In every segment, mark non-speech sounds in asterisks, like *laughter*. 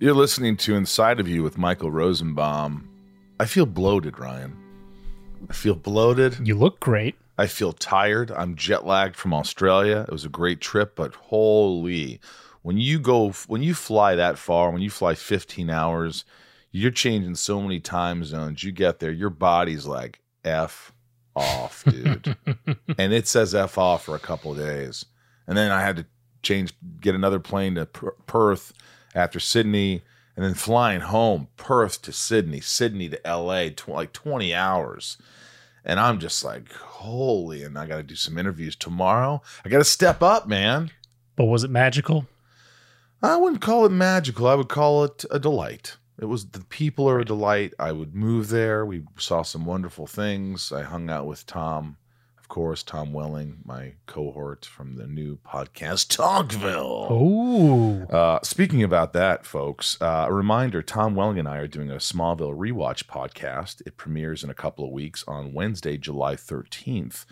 You're listening to Inside of You with Michael Rosenbaum. I feel bloated, Ryan. I feel bloated. You look great. I feel tired. I'm jet lagged from Australia. It was a great trip, but holy, when you go, when you fly that far, when you fly 15 hours, you're changing so many time zones. You get there, your body's like f off, dude, and it says f off for a couple of days, and then I had to change, get another plane to Per- Perth after Sydney, and then flying home, Perth to Sydney, Sydney to L.A. Tw- like 20 hours. And I'm just like, holy, and I got to do some interviews tomorrow. I got to step up, man. But was it magical? I wouldn't call it magical. I would call it a delight. It was the people are a delight. I would move there. We saw some wonderful things. I hung out with Tom, of course, Tom Welling, my cohort from the new podcast, Talkville. Oh, Uh, speaking about that, folks, uh, a reminder Tom Welling and I are doing a Smallville rewatch podcast. It premieres in a couple of weeks on Wednesday, July 13th.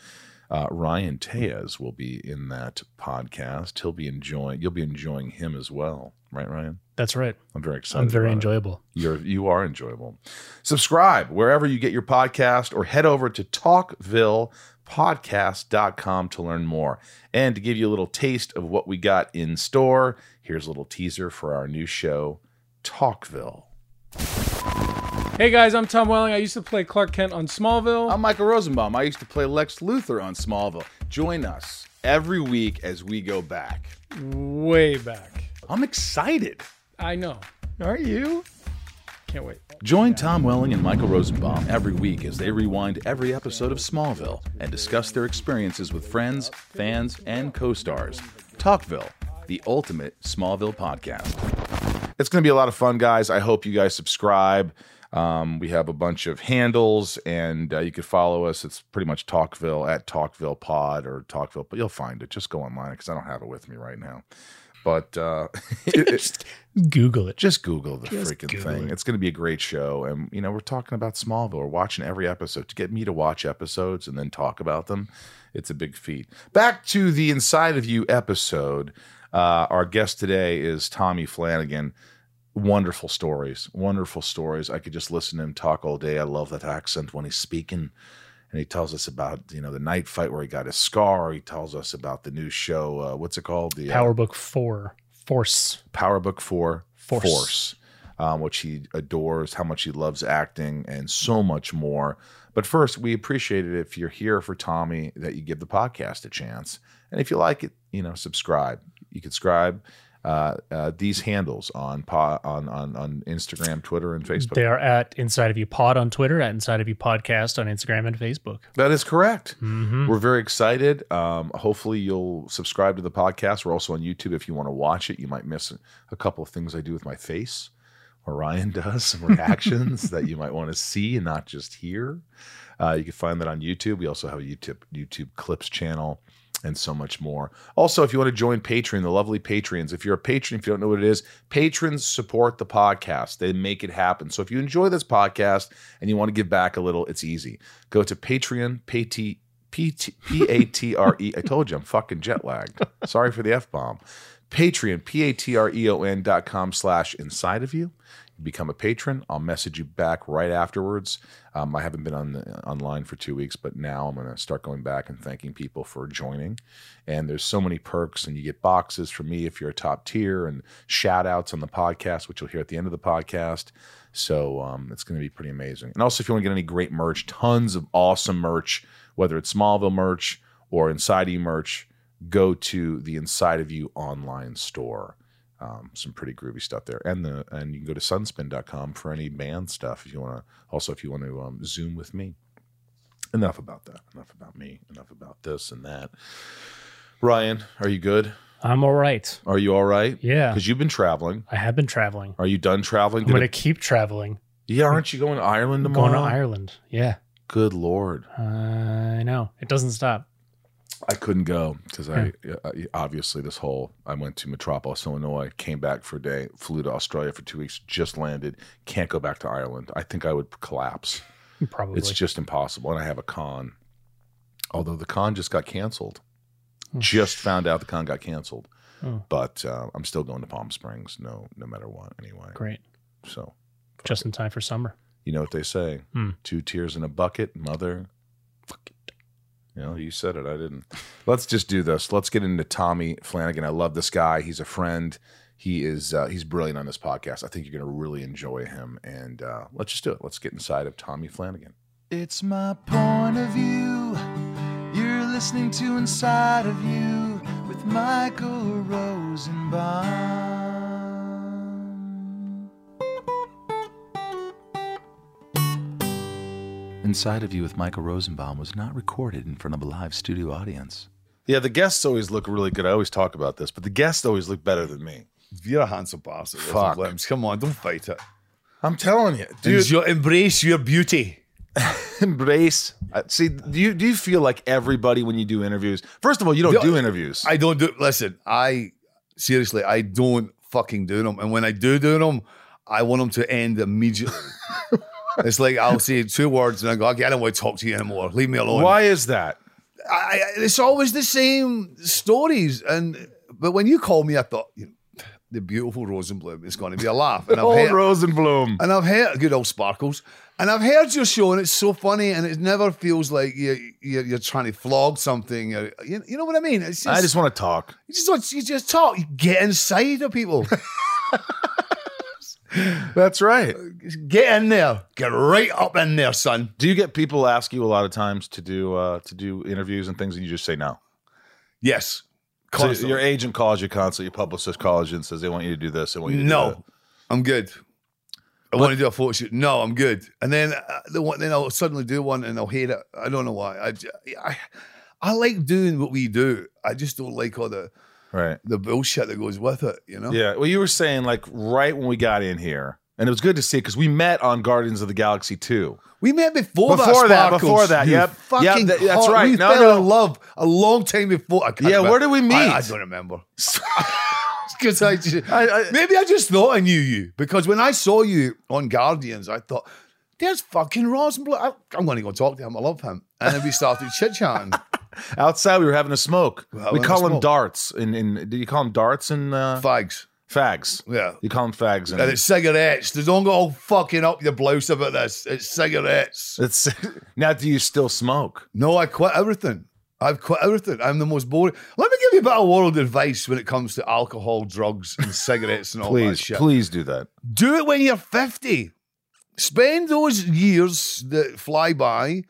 Uh, Ryan Tejas will be in that podcast. He'll be enjoying, you'll be enjoying him as well. Right, Ryan? that's right. I'm very excited. I'm very about it. enjoyable. You're you are enjoyable. Subscribe wherever you get your podcast or head over to talkvillepodcast.com to learn more. And to give you a little taste of what we got in store, here's a little teaser for our new show, Talkville. Hey guys, I'm Tom Welling. I used to play Clark Kent on Smallville. I'm Michael Rosenbaum. I used to play Lex Luthor on Smallville. Join us every week as we go back. I'm way back. I'm excited. I know. Are you? Can't wait. Join Tom Welling and Michael Rosenbaum every week as they rewind every episode of Smallville and discuss their experiences with friends, fans, and co stars. Talkville, the ultimate Smallville podcast. It's going to be a lot of fun, guys. I hope you guys subscribe. Um, we have a bunch of handles, and uh, you can follow us. It's pretty much Talkville at Talkville Pod or Talkville, but you'll find it. Just go online because I don't have it with me right now. But uh, *laughs* Google it. just Google the freaking Google thing. it. It's going to be a great show. And, you know, we're talking about Smallville. We're watching every episode. To get me to watch episodes and then talk about them, it's a big feat. Back to the Inside of You episode. Uh, our guest today is Tommy Flanagan. Wonderful stories, wonderful stories. I could just listen to him talk all day. I love that accent when he's speaking. And he tells us about, you know, the night fight where he got his scar. He tells us about the new show. Uh, what's it called? The uh, Power Book Four Force. Power Book 4 Force, Force. um, which he adores, how much he loves acting, and so much more. But first, we appreciate it if you're here for Tommy that you give the podcast a chance. And if you like it, you know, subscribe. You can subscribe uh, uh, these handles on, po- on on on Instagram, Twitter, and Facebook. They are at Inside of You Pod on Twitter, at Inside of You Podcast on Instagram and Facebook. That is correct. Mm-hmm. We're very excited. Um, hopefully, you'll subscribe to the podcast. We're also on YouTube if you want to watch it. You might miss a couple of things I do with my face, or Ryan *laughs* does, some reactions that you might want to see and not just hear. Uh, you can find that on YouTube. We also have a YouTube YouTube clips channel and so much more. Also, if you want to join Patreon, the lovely Patreons, if you're a patron, if you don't know what it is, patrons support the podcast. They make it happen. So if you enjoy this podcast and you want to give back a little, it's easy. Go to Patreon, Patreon. P T- E P A T R E. I told you I'm fucking jet lagged. Sorry for the F bomb. Patreon, P A T R E O N dot com slash inside of you. Become a patron. I'll message you back right afterwards. Um, I haven't been on the, online for two weeks, but now I'm going to start going back and thanking people for joining. And there's so many perks, and you get boxes from me if you're a top tier, and shout outs on the podcast, which you'll hear at the end of the podcast. So um, it's going to be pretty amazing. And also, if you want to get any great merch, tons of awesome merch, whether it's Smallville merch or Inside You merch, go to the Inside of You online store. Um, some pretty groovy stuff there, and the and you can go to sunspin.com for any band stuff if you want to. Also, if you want to um, zoom with me. Enough about that. Enough about me. Enough about this and that. Ryan, are you good? I'm all right. Are you all right? Yeah, Because you've been traveling. I have been traveling. Are you done traveling? I'm going Did to it- keep traveling. yeah, aren't you going to Ireland I'm tomorrow? going to Ireland. Yeah, Good lord, I know. It doesn't stop. I couldn't go because I, I obviously this whole I went to Metropolis, Illinois, came back for a day, flew to Australia for two weeks, just landed, can't go back to Ireland. I think I would collapse. Probably. It's just impossible, and I have a con. Although the con just got canceled, Oh, just found out the con got canceled. Oh. But uh, I'm still going to Palm Springs, no, no matter what, anyway. Great. So Just in time for summer. you know what they say: Hmm. two tears in a bucket, mother. Fuck it. You know, you said it. I didn't. Let's just do this. Let's get into Tommy Flanagan. I love this guy. He's a friend. He is. Uh, he's brilliant on this podcast. I think you're going to really enjoy him. And uh, let's just do it. Let's get inside of Tommy Flanagan. It's my point of view. You're listening to Inside of You with Michael Rosenbaum. Inside of You with Michael Rosenbaum was not recorded in front of a live studio audience. Yeah, the guests always look really good. I always talk about this, but the guests always look better than me. You're a handsome bastard. Russell Fuck. Williams. Come on, don't fight it. I'm telling you, dude. Enjoy- embrace your beauty. embrace. uh, See, do you do you feel like everybody when you do interviews? First of all, you don't Yeah, do interviews. I don't do. Listen, I seriously, I don't fucking do them. And when I do do them, I want them to end *laughs* immediately. it's like I'll say two words and I go, okay, I don't want to talk to you anymore. Leave me alone. Why is that? I, I, it's always the same stories. And but when you call me, I thought you know, the beautiful Rosenblum is going to be a laugh. *laughs* And Old I've heard, Rosenblum. and I've heard good old sparkles. And I've heard your show, and it's so funny, and it never feels like you're you're, you're trying to flog something. You're- You, you know what I mean? It's just, I just want to talk. you just don't- you just talk. You get inside of people. That's right. *laughs* get in there. Get right up in there, son. Do you get people ask you a lot of times to do uh, to do interviews and things, and you just say no? Yes. So Constantly. your agent calls you constantly, your publicist calls you and says they want you to do this. They want you to do that. No, I'm good. I want to do a photo shoot. No, I'm good. And then uh, the one, then I'll suddenly do one and I'll hate it. I don't know why. I, j- I, I like doing what we do. I just don't like all the, right? the bullshit that goes with it. You know. Yeah. Well, you were saying like right when we got in here, and it was good to see because we met on Guardians of the Galaxy two. We met before, Before that, Sparkles, before that, you yep. Fucking Yep, that- that's cunt. right. We No, fell no. in love a long time before. I can't Yeah, remember. where did we meet? I, *laughs* I don't remember. *laughs* 'Cause I just- I- I- maybe I just thought I knew you because when I saw you on Guardians, I thought, "There's fucking Rosenblatt. I, I'm going to go talk to him. I love him." And then we started *laughs* chit chatting. Uh-huh. Outside, we were having a smoke. Well, we having a call them smoke. darts. In in do you call them darts and uh, Fags, fags? yeah. You call them fags. And And *laughs* it's cigarettes. They don't go all fucking up your blouse about this. It's cigarettes. it's now. Do you still smoke? No, I quit everything. I've quit everything. I'm the most boring. Let me give you a bit of world advice when it comes to alcohol, drugs, *laughs* and cigarettes and all that please, Oh, shit. please do that. Do it when you're 50. Spend those years that fly by,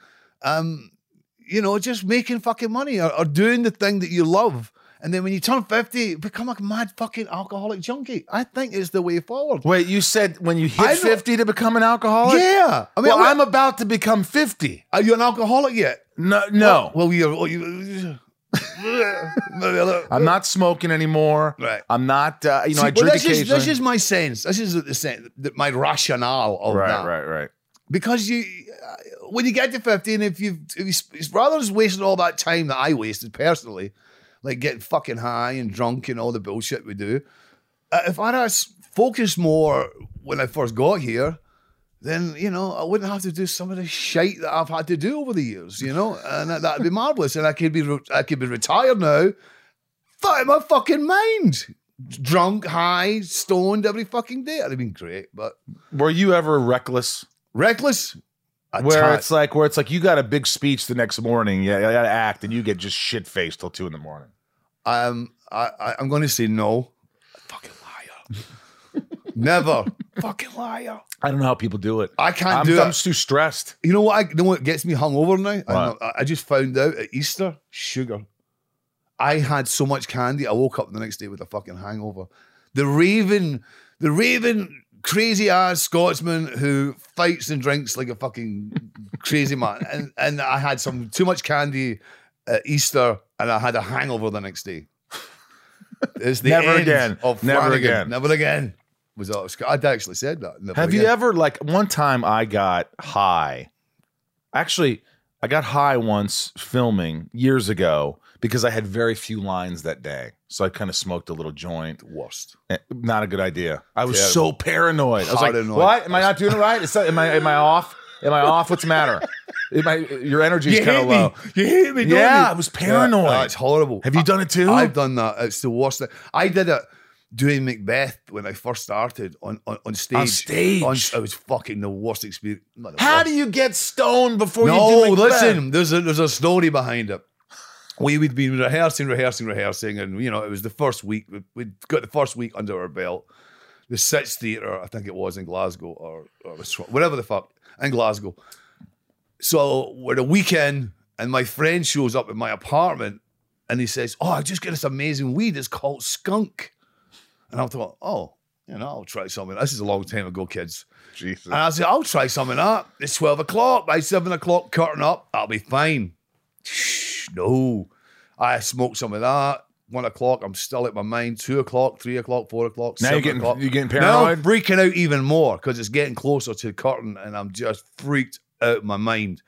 um, you know, just making fucking money or, or doing the thing that you love. And then when you turn 50, become a mad fucking alcoholic junkie. I think it's the way forward. Wait, you said when you I hit don't- fifty to become an alcoholic. yeah. I mean, well, I'm I'm, about to become fifty. are you an alcoholic yet? No, no, Well, you're. Well, you, *laughs* *laughs* I'm not smoking anymore. Right. I'm not. Uh, you know, See, I drink this is, occasionally. this is my sense. This is the sense, that my rationale of right, that. right, right. Because you, uh, when you get to fifteen, if you, if you, sp- it's rather than wasting all that time that I wasted personally, like getting fucking high and drunk and all the bullshit we do, uh, if I'd have focused more when I first got here, then you know I wouldn't have to do some of the shit that I've had to do over the years. *laughs* You know, and that, that'd be marvelous. And I could be, re- I could be retired now, fuck my fucking mind. Drunk, high, stoned every fucking day. That'd have been great, but Were you ever reckless? reckless. A where tot. it's like, where it's like, you got a big speech the next morning. Yeah, I got to act, and you get just shit faced till two in the morning. Um, I, I, I'm going to say no. Fucking liar. Never. fucking liar. I don't know how people do it. I can't I'm, do I'm it. too stressed. You know what? I, you know what gets me hungover now? I, What? know- I just found out at Easter sugar. I had so much candy. I woke up the next day with a fucking hangover. The raven, the raven, crazy ass Scotsman who fights and drinks like a fucking *laughs* crazy man. And and I had some too much candy at Easter, and I had a hangover the next day. It's the Never end again. Of Never Flanagan. again. Never again. Was all- I'd actually said that. Never Have you again. ever like one time I got high? Actually, I got high once filming years ago because I had very few lines that day. So I kind of smoked a little joint. worst? Eh, Not a good idea. I was Terrible. so paranoid. I was Paranoid. like, "What? Am I not doing it right? Is that, am I am I off? Am I off? What's the matter?" It might, your energy is You kind hate of low. me. You hate me. don't Yeah, you? I was paranoid. Yeah, oh, it's horrible. Have you I- done it too? I've done that. It's the worst. Thing. I did it doing Macbeth when I first started on on, on stage. On stage. On- it was fucking the worst experience. Not the How worst. do you get stoned before you no, do Macbeth? listen. There's a there's a story behind it. We would be rehearsing, rehearsing, rehearsing, and you know it was the first week. We- We'd got the first week under our belt. The Sitch Theatre, I think it was in Glasgow or, or whatever the fuck in Glasgow. So we're the weekend, and my friend shows up at my apartment, and he says, "Oh, I just got this amazing weed. It's called skunk." And I thought, "Oh, you know, I'll try something. This is a long time ago, kids." Jesus. And I said, I'll try something up. It's 12 o'clock. By 7 o'clock, curtain up. I'll be fine. Shh, no. I smoked some of that. 1 o'clock, I'm still at my mind. 2 o'clock, 3 o'clock, 4 o'clock, now 7 you're getting o'clock. you're getting Now I'm paranoid. freaking out even more because it's getting closer to curtain and I'm just freaked out of my mind.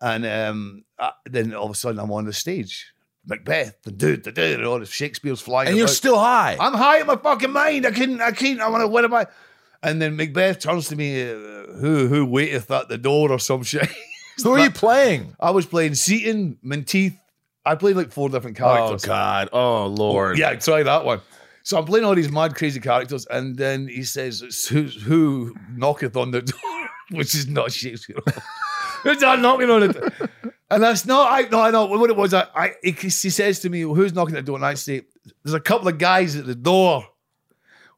And um, I, then all of a sudden I'm on the stage. Macbeth, the dude, the dude, and all the Shakespeare's flying. and you're about. still high. I'm high in my fucking mind. I couldn't. I couldn't. I want to. What am I? And then Macbeth turns to me, uh, who who waiteth at the door or some *laughs* shit. Who are you playing? I was playing Seaton, Menteith. I played like four different characters. God. Oh Lord. Yeah, try that one. So I'm playing all these mad, crazy characters, and then he says, "It's "Who, who knocketh on the door?" *laughs* Which is not Shakespeare. *laughs* Who's that knocking on the door? And that's not. I no, I know what it was. I, I he, he says to me, "Who's knocking at the door?" And I say, "There's a couple of guys at the door,"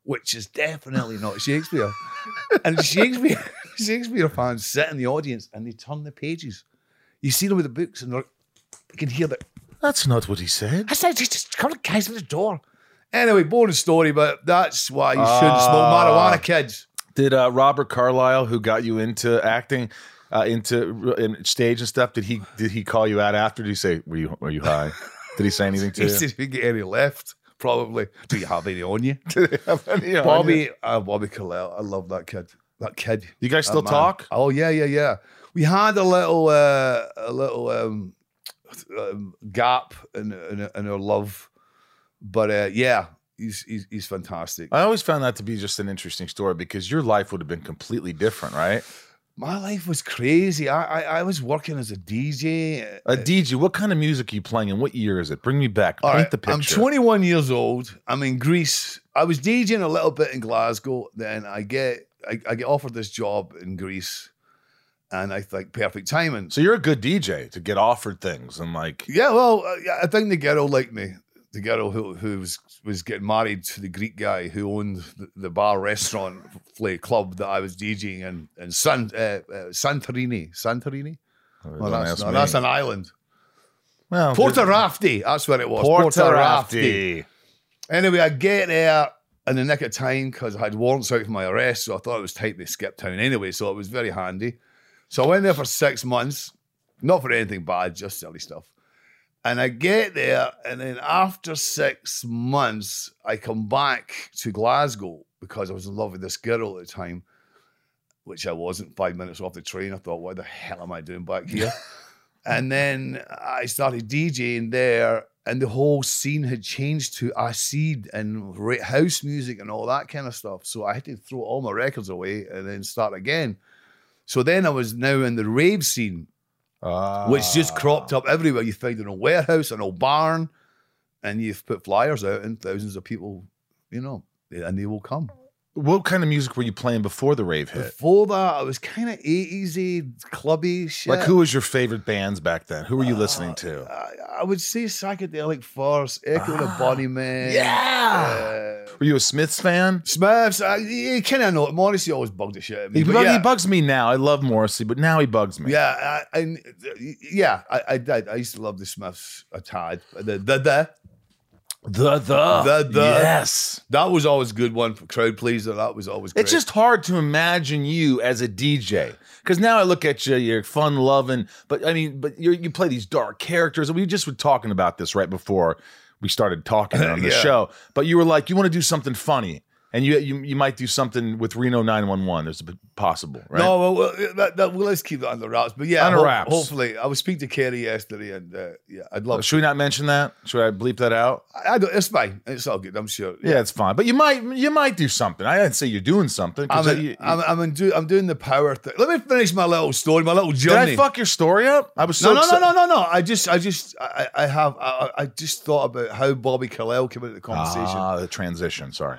which is definitely not Shakespeare. and Shakespeare, *laughs* Shakespeare fans sit in the audience and they turn the pages. You see them with the books, and they're, you can hear the That's not what he said. I said, just, just come to guys with the door. Anyway, boring story, but that's why you shouldn't smoke Ah. marijuana, kids. Did uh, Robert Carlyle, who got you into acting, uh, into in stage and stuff, did he did he call you out after? Did he say, "Were you were you high?" Did he *laughs* say anything to He you? said, we get any left, probably. Do you have any on you? Did he *laughs* have any on you? *laughs* Bobby, uh, Bobby Collette, I love that kid. That kid. you guys that still man. talk? Oh, yeah, yeah, yeah. We had a little, uh, a little um, um, gap in, in, in our love, but uh, yeah, he's, he's, he's fantastic. I always found that to be just an interesting story because your life would have been completely different, right? My life was crazy. I, I, I was working as a DJ. A DJ, Uh, what kind of music are you playing and what year is it? Bring me back. All Paint right, the picture. I'm 21 years old. I'm in Greece. I was DJing a little bit in Glasgow. Then I get I, I get offered this job in Greece, and I think perfect timing. So you're a good DJ to get offered things and like yeah, well, I, I think the girl liked me. The girl who who was was getting married to the Greek guy who owned the, the bar restaurant play club that I was DJing in in San, uh, uh, Santorini. Santorini. well, Well, uh, don't that's, ask no, me. that's an island. well, Porta there's- Rafti. That's where it was. Porta Rafti. Rafti. Anyway, I get there in the nick of time because I had warrants out for my arrest, so I thought it was time to skip town anyway, so it was very handy. So I went there for six months, not for anything bad, just silly stuff. And I get there, and then after six months, I come back to Glasgow because I was in love with this girl at the time, which I wasn't five minutes off the train. I thought, what the hell am I doing back here? Mm-hmm. and then I started DJing there, and the whole scene had changed to acid and ra- house music and all that kind of stuff. So I had to throw all my records away and then start again. So then I was now in the rave scene, Ah. which just cropped up everywhere. You find in a warehouse, an old barn, and you've put flyers out, and thousands of people, you know, and they will come. What kind of music were you playing before the rave hit? Before that, I was kind of 80s, clubby shit. Like who was your favorite bands back then? Who were you listening Uh, to? I, I would say psychedelic first, Ah, Echo the Bunny Man. yeah. Uh, Were you a Smiths fan? Smiths, I, you kind of know. Morrissey always bugged the shit out of me. He, but bug- yeah, he bugs me now. I love Morrissey, but now he bugs me. yeah, I, I, yeah, I, I did. I used to love the Smiths a tad. The, the, the, The the The- the- yes. that was always a good one for crowd pleaser. That was always great. It's just hard to imagine you as a DJ because now I look at you, you're fun loving, but I mean, but you you play these dark characters, and we just were talking *laughs* about this right before we started talking on the Yeah. show. But you were like, you want to do something funny, And you you, you might do something with Reno 911. There's a bit possible, right? No, well, well, that, that, well, let's keep that under wraps. But yeah, Under ho- wraps. hopefully, I was speaking to Kerry yesterday, and uh, yeah, I'd love. Should we not mention that? Should I bleep that out? I, I don't, it's fine. It's all good. I'm sure. Yeah, it's fine. But you might you might do something. I didn't say you're doing something. 'cause I'm, you- you- I'm, I'm, in do, I'm doing the power thing. Let me finish my little story, my little did journey. I fuck your story up? I was so no, no, no, exci- no, no, no. I just, I just, I, I I have, I, I I just thought about how Bobby Kalel came into the conversation. Ah, the transition. Sorry.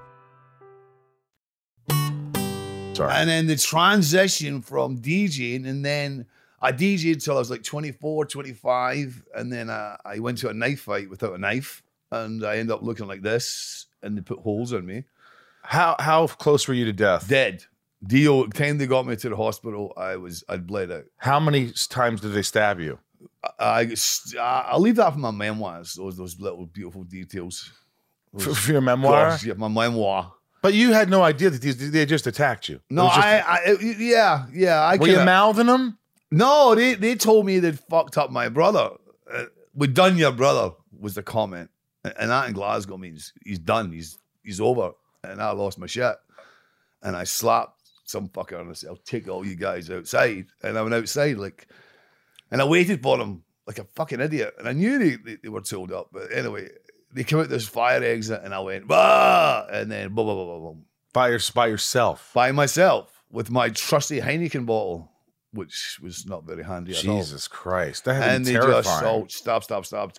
Sorry. And then the transition from DJing, and then I DJed till I was like 24, 25, and then uh, I went to a knife fight without a knife. and I end up looking like this, and they put holes in me. How how close were you to death? Dead. Dio. Time they got me to the hospital, I was I'd bled out. How many s- times did they stab you? I, I I'll leave that for my memoirs. Those those little beautiful details. For, Those- for your memoir? Gosh, yeah, my memoir. But you had no idea that these, they just attacked you. No, It was just- I, I, it- yeah, yeah. I were you kinda- mouthing them? No, they, they told me they'd fucked up my brother. Uh, we done your brother was the comment, and and that in Glasgow means he's done. He's he's over. And I lost my shit, and I slapped some fucker and I said, "I'll take all you guys outside." And I went outside like, and I waited for them like a fucking idiot. And I knew they they, they were told up, but anyway, they came out this fire exit, and I went, "Bah!" And then, blah blah blah blah blah By, your, by yourself. by myself with my trusty Heineken bottle, which was not very handy at all. Jesus Christ. That had And to they be just terrifying. oh stop stop stop.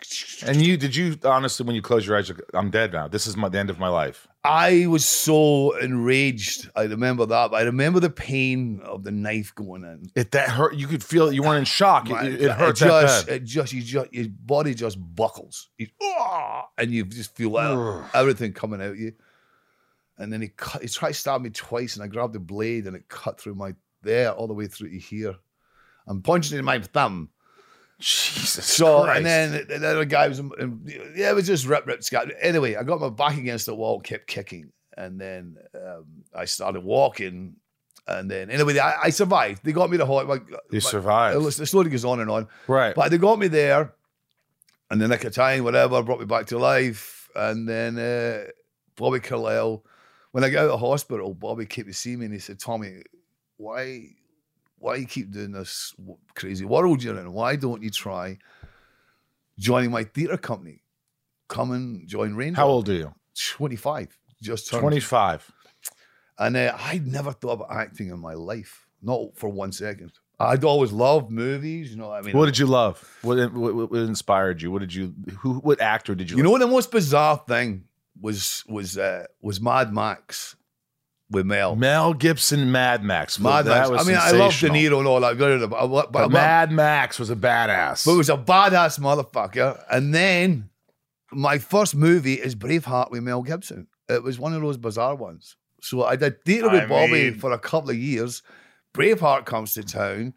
and you did you honestly when you close your eyes, you're like, I'm dead now. This is my the end of my life. I was so enraged. I remember that. But I remember the pain of the knife going in. It that hurt you could feel it. you weren't in shock. It, My- it, it hurt that just, bad. it just, you just, your body just buckles, You- "Ah!" and you just feel Ugh. everything coming out of you. And then he cut, he tried to stab me twice, and I grabbed the blade, and it cut through my there all the way through to here. I'm punching in my thumb. Jesus So Christ. and then the other guy was, and, yeah, it was just rip rip scat. Anyway, I got my back against the wall, kept kicking, and then um, I started walking, and then anyway, I, I survived. They got me to hospital. you It survived. was, the story goes on and on, right. but they got me there, and the nick of time, whatever, brought me back to life, and then uh, Bobby Carlisle. When I got out of hospital, Bobby came to see me, and he said, "Tommy, why, why you keep doing this w- crazy world you're in? Why don't you try?" joining my theater company. Come and join Rainbow. How old are you? 25. Just turned. 20. 25. And uh, I'd never thought about acting in my life, not for one second. I'd always loved movies, you know what I mean? What did you love? What, what, what inspired you? What did you? Who? What actor did you? You like? know the most bizarre thing was was uh, was Mad Max with Mel. Mel Gibson, Mad Max. Mad Max. that was I mean, I love De sensational. Niro and all that. But, but, But but, Mad Max was a badass. but it was a badass motherfucker. And then my first movie is Braveheart with Mel Gibson. It was one of those bizarre ones. So I did theatre with I Bobby mean- for a couple of years. Braveheart comes to town.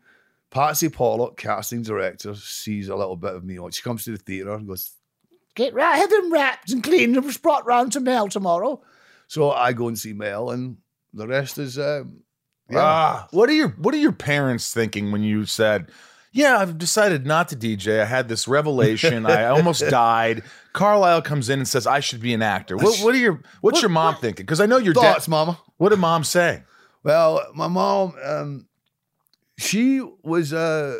Patsy Pollock, casting director, sees a little bit of me. She comes to the theatre and goes, Get right, have them wrapped and cleaned and brought round to Mel tomorrow. So I go and see Mel, and the rest is. Um, yeah. Ah, what are your What are your parents thinking when you said, "Yeah, I've decided not to DJ. I had this revelation. *laughs* I almost died." Carlisle comes in and says, "I should be an actor." What, what are your What's your mom thinking? Because I know your dad. Thoughts, Mama? What did mom say? Well, my mom, um, she was uh,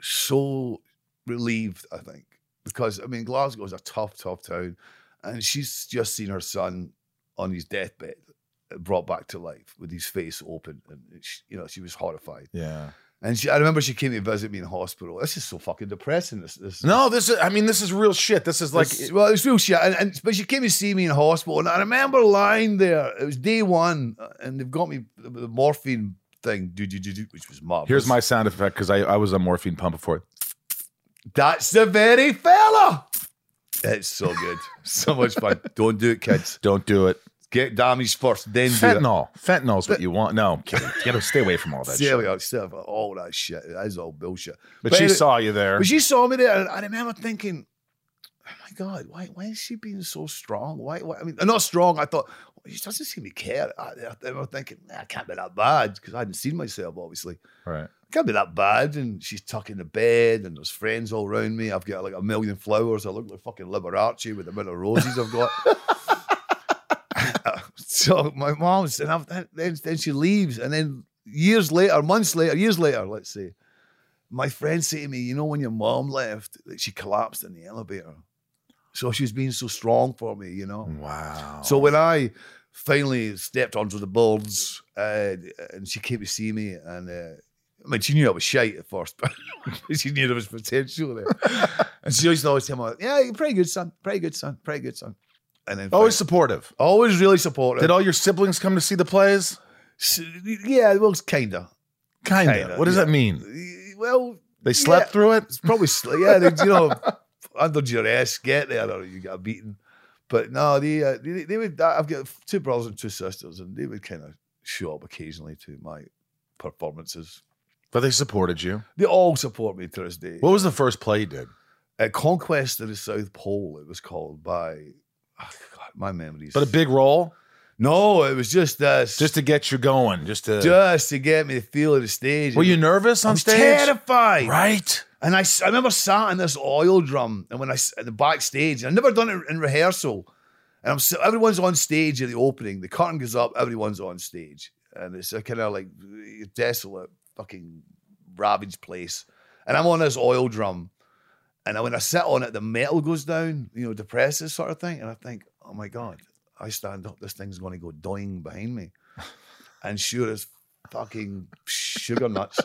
so relieved, I think, because I mean Glasgow is a tough, tough town, and she's just seen her son on his deathbed, uh, brought back to life with his face open, and she, you know she was horrified. Yeah. And she, I remember she came to visit me in hospital. This is so fucking depressing. This, this No, this is. I mean, this is real shit. This is like. it's- well, it was real shit. And, and but she came to see me in hospital, and I remember lying there. It was day one, uh, and they've got me the the morphine thing, do do do do, which was marvelous. Here's my sound effect because I, I was on morphine pump before. That's the very fella. It's so good, *laughs* so much fun. Don't do it, kids. Don't do it. Get damaged first, then do it. Fentanyl. Fentanyl's what you want. No, I'm kidding. Get stay away *laughs* from all that There we shit. are, stuff. All that shit. That's all bullshit. But she anyway- saw you there. But she saw me there, and I remember thinking, "Oh my god, why why is she being so strong? Why? why I mean, uh, not strong. I thought well, she doesn't seem to care." I, I remember thinking, "Nah, "I can't be that bad," because I hadn't seen myself, obviously. Right. I can't be that bad. And she's tucking the bed, and there's friends all around me. I've got like a million flowers. I look like fucking Liberace with the amount of roses I've got. *laughs* so my mom said, I've- then, then she leaves. And then years later, months later, years later, let's say, my friends say to me, You know, when your mom left, that she collapsed in the elevator. So she was being so strong for me, you know? Wow. So when I finally stepped onto the boards, uh, and she came to see me, and uh, I mean, she knew I was shite at first, *laughs* but she knew there was potential *laughs* there. and she used to always tell me, "Yeah, you're pretty good, son. Pretty good, son. Pretty good, son." And then always fin- supportive. always really supportive. Did all your siblings come to see the plays? S- yeah, well, kinda. Kinda. Kinda, what does yeah. that mean? Well, They slept Yeah. through it. it's probably sl- yeah, they, you know, under duress get there or you get beaten. But no, they, uh, they they would. I've got two brothers and two sisters, and they would kind of show up occasionally to my performances. But they supported you. They all support me to this day. What was the first play you did? A conquest of the South Pole, it was called by. oh, God, my memories. But a big role, No, it was just this. just to get you going, just to. just to get me the feel of the stage. were you nervous on I'm stage? terrified. Right. And I, s- I remember sat in this oil drum, and when I s- at the backstage, and I'd never done it in rehearsal. And I'm s- everyone's on stage at the opening. The curtain goes up, everyone's on stage, and it's a kind of like desolate, fucking ravaged place. And I'm on this oil drum, and I, when I sit on it, the metal goes down, you know, depresses sort of thing. And I think, oh my god, I stand up, this thing's going to go doing *laughs* behind me. And sure as fucking sugar nuts.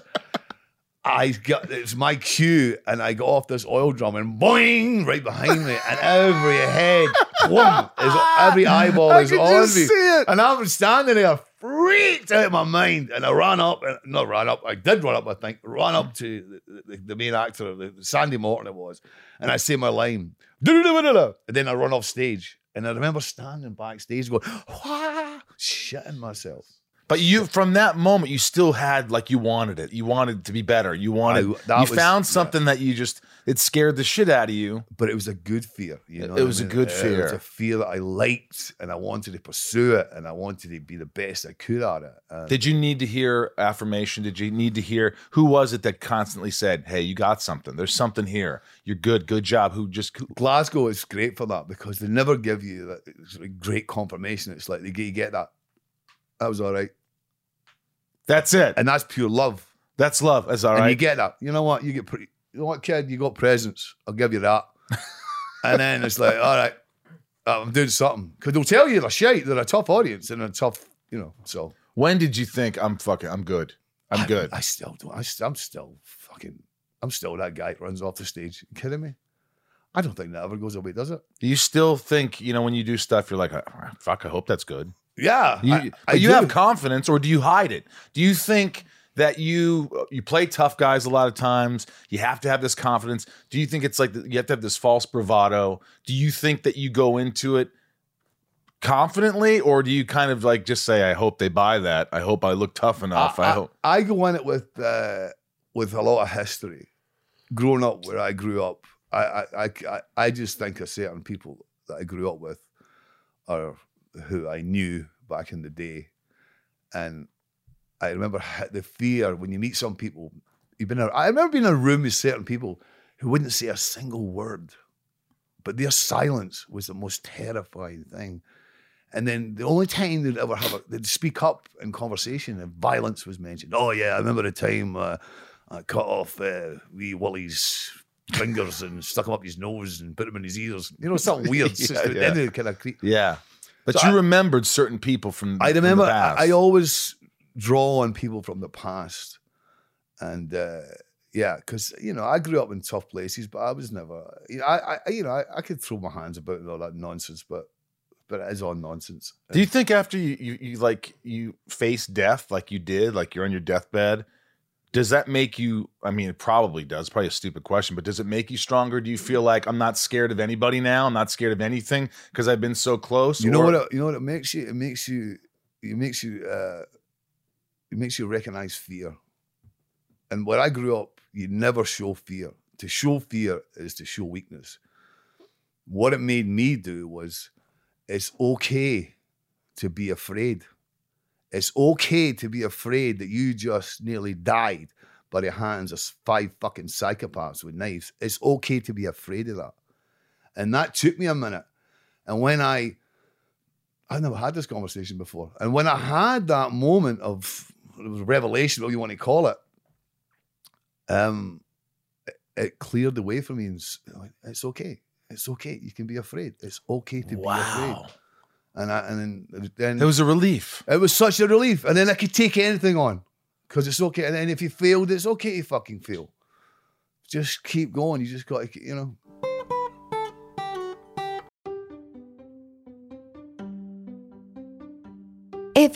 I got it's my cue, and I got off this oil drum and boing right behind me, and every head, boom, is every *laughs* eyeball I is could on just me, see it. and I'm standing there freaked out of my mind, and I ran up, and not ran up, I did run up, I think, ran up to the, the, the main actor, the, Sandy Morton it was, and I say my line, "Do-do-do-do-do-do," and then I run off stage, and I remember standing backstage going, "Wah," shitting myself. But you, from that moment, you still had like you wanted it. You wanted to be better. You wanted. I- that you was- found yeah. something that you just it scared the shit out of you. but it was a good fear. You It- it know, what I was a mean? good It was fear. a fear that I liked, and I wanted to pursue it, and I wanted to be the best I could at it. And Did you need to hear affirmation? Did you need to hear who was it that constantly said, "Hey, you got something. There's something here. You're good. Good job." Who just who- Glasgow is great for that because they never give you that sort of great confirmation. It's like they get, you get that. That was all right, That's it. and that's pure love. That's love. That's all and right. you get that. You know what? You get pretty. You know what, kid? You got presents. I'll give *laughs* you that. and then it's like, all right, I'm doing something because they'll tell you they're shite. They're a tough audience and a tough, you know. So when did you think I'm fucking? I'm good. I'm good. I still do. I, am still fucking. I'm still that guy that runs off the stage. You kidding me? I don't think that ever goes away, does it? Do you still think you know when you do stuff? You're like, "Oh, fuck. I hope that's good. Yeah. You, I- I but you do. have confidence, or do you hide it? Do you think that you you play tough guys a lot of times? You have to have this confidence. Do you think it's like you have to have this false bravado? Do you think that you go into it confidently, or do you kind of like just say, "I hope they buy that. I hope I look tough enough. I, I, hope." I go in it with uh, with a lot of history. Growing up where I grew up, I I, I, I- I just think of certain people that I grew up with or who I knew back in the day. And I remember h- the fear when you meet some people. You've been. in a- I remember being in a room with certain people who wouldn't say a single word, but their silence was the most terrifying thing. And then the only time they'd ever have a, they'd speak up in conversation and violence was mentioned. Oh yeah, I remember the time uh, I cut off uh, wee Wally's fingers and stuck him up his nose and put him in his ears. You know, something weird. *laughs* Yeah, yeah, yeah. kind of creep. yeah, but So you I- remembered certain people from. I from the remember I, past. I always draw on people from the past, and uh, yeah, because you know I grew up in tough places, but I was never, you know, I, I you know I, I could throw my hands about and all that nonsense, but but it is all nonsense. Do you think after you, you you like you face death like you did, like you're on your deathbed, does that make you I mean it probably does, probably a stupid question, but does it make you stronger? Do you feel like I'm not scared of anybody now? I'm not scared of anything because I've been so close? you know Or- what? It, you know what it makes you. It makes you. It makes you. Uh, it makes you recognize fear. And where I grew up, you never show fear. To show fear is to show weakness. What it made me do was, it's okay to be afraid. It's okay to be afraid that you just nearly died by the hands of five fucking psychopaths with knives. It's okay to be afraid of that. And that took me a minute. And when I I've never had this conversation before. And when I had that moment of revelation, what you want to call it, um, it, it cleared the way for me. And s- I went, it's okay. It's okay. You can be afraid. It's okay to be afraid. wow. And I, and then, then It was a relief. it was such a relief. And then I could take anything on because it's okay. And then if you failed, it's okay to fucking fail. Just keep going. You just got to, you know. If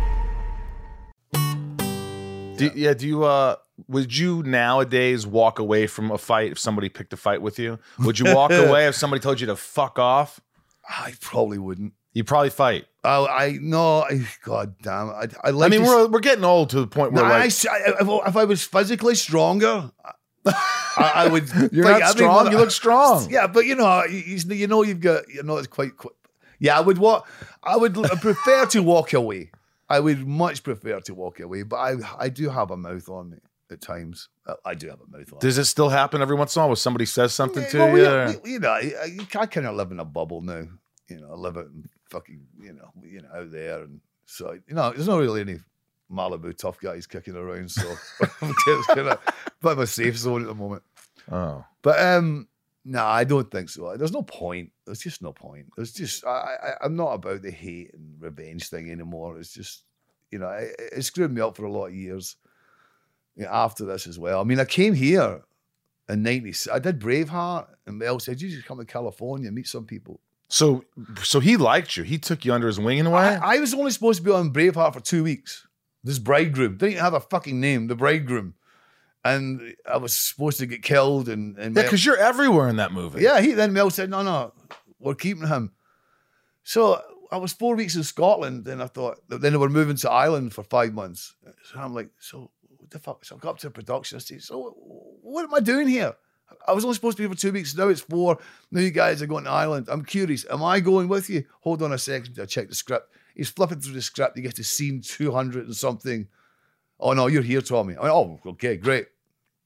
Do, yeah. Do you? uh Would you nowadays walk away from a fight if somebody picked a fight with you? Would you *laughs* walk away if somebody told you to fuck off? I probably wouldn't. You probably fight. I, I no. I, God damn. I, I I like. mean, to we're we're getting old to the point where No, I like s- I- if, if I was physically stronger, I, I would. *laughs* you're like, not every strong. mother- you look *laughs* strong. Yeah, but you know, you, you- you know, you've got you're not as quite. Qu- yeah, I would walk. I would l- prefer to walk away. I would much prefer to walk away, but I I do have a mouth on me at times. I, I do have a mouth on. Does it still happen every once in a while where somebody says something me. to Well, we- you? we- you know, I, I- I kind of live in a bubble now. You know, I live out in fucking you know you know out there, and so you know, there's not really any Malibu tough guys kicking around. So *laughs* I'm just kind of by my safe zone at the moment. oh, But um, no, I don't think so. There's no point. There's just no point. There's just I, I I'm not about the hate and revenge thing anymore. It's just you know it, it screwed me up for a lot of years. you know, after this as well, I mean, I came here in '96. I did Braveheart, and Mel said you should come to California and meet some people. so so he liked you. He took you under his wing in a way. I, I was only supposed to be on Braveheart for two weeks. This bridegroom didn't even have a fucking name. The bridegroom, and I was supposed to get killed. And, and yeah, Mel- because you're everywhere in that movie. Yeah, he then Mel said, No, no, we're keeping him. So I was four weeks in Scotland, and I thought then they were moving to Ireland for five months. So I'm like, so what the fuck? So I got up to the production. I said, So what am I doing here? I was only supposed to be for two weeks. Now it's four. Now you guys are going to Ireland. I'm curious. Am I going with you? Hold on a second. I check the script. He's flipping through the script. You get to scene 200 and something. Oh, no, you're here, Tommy. I went, oh, okay, great.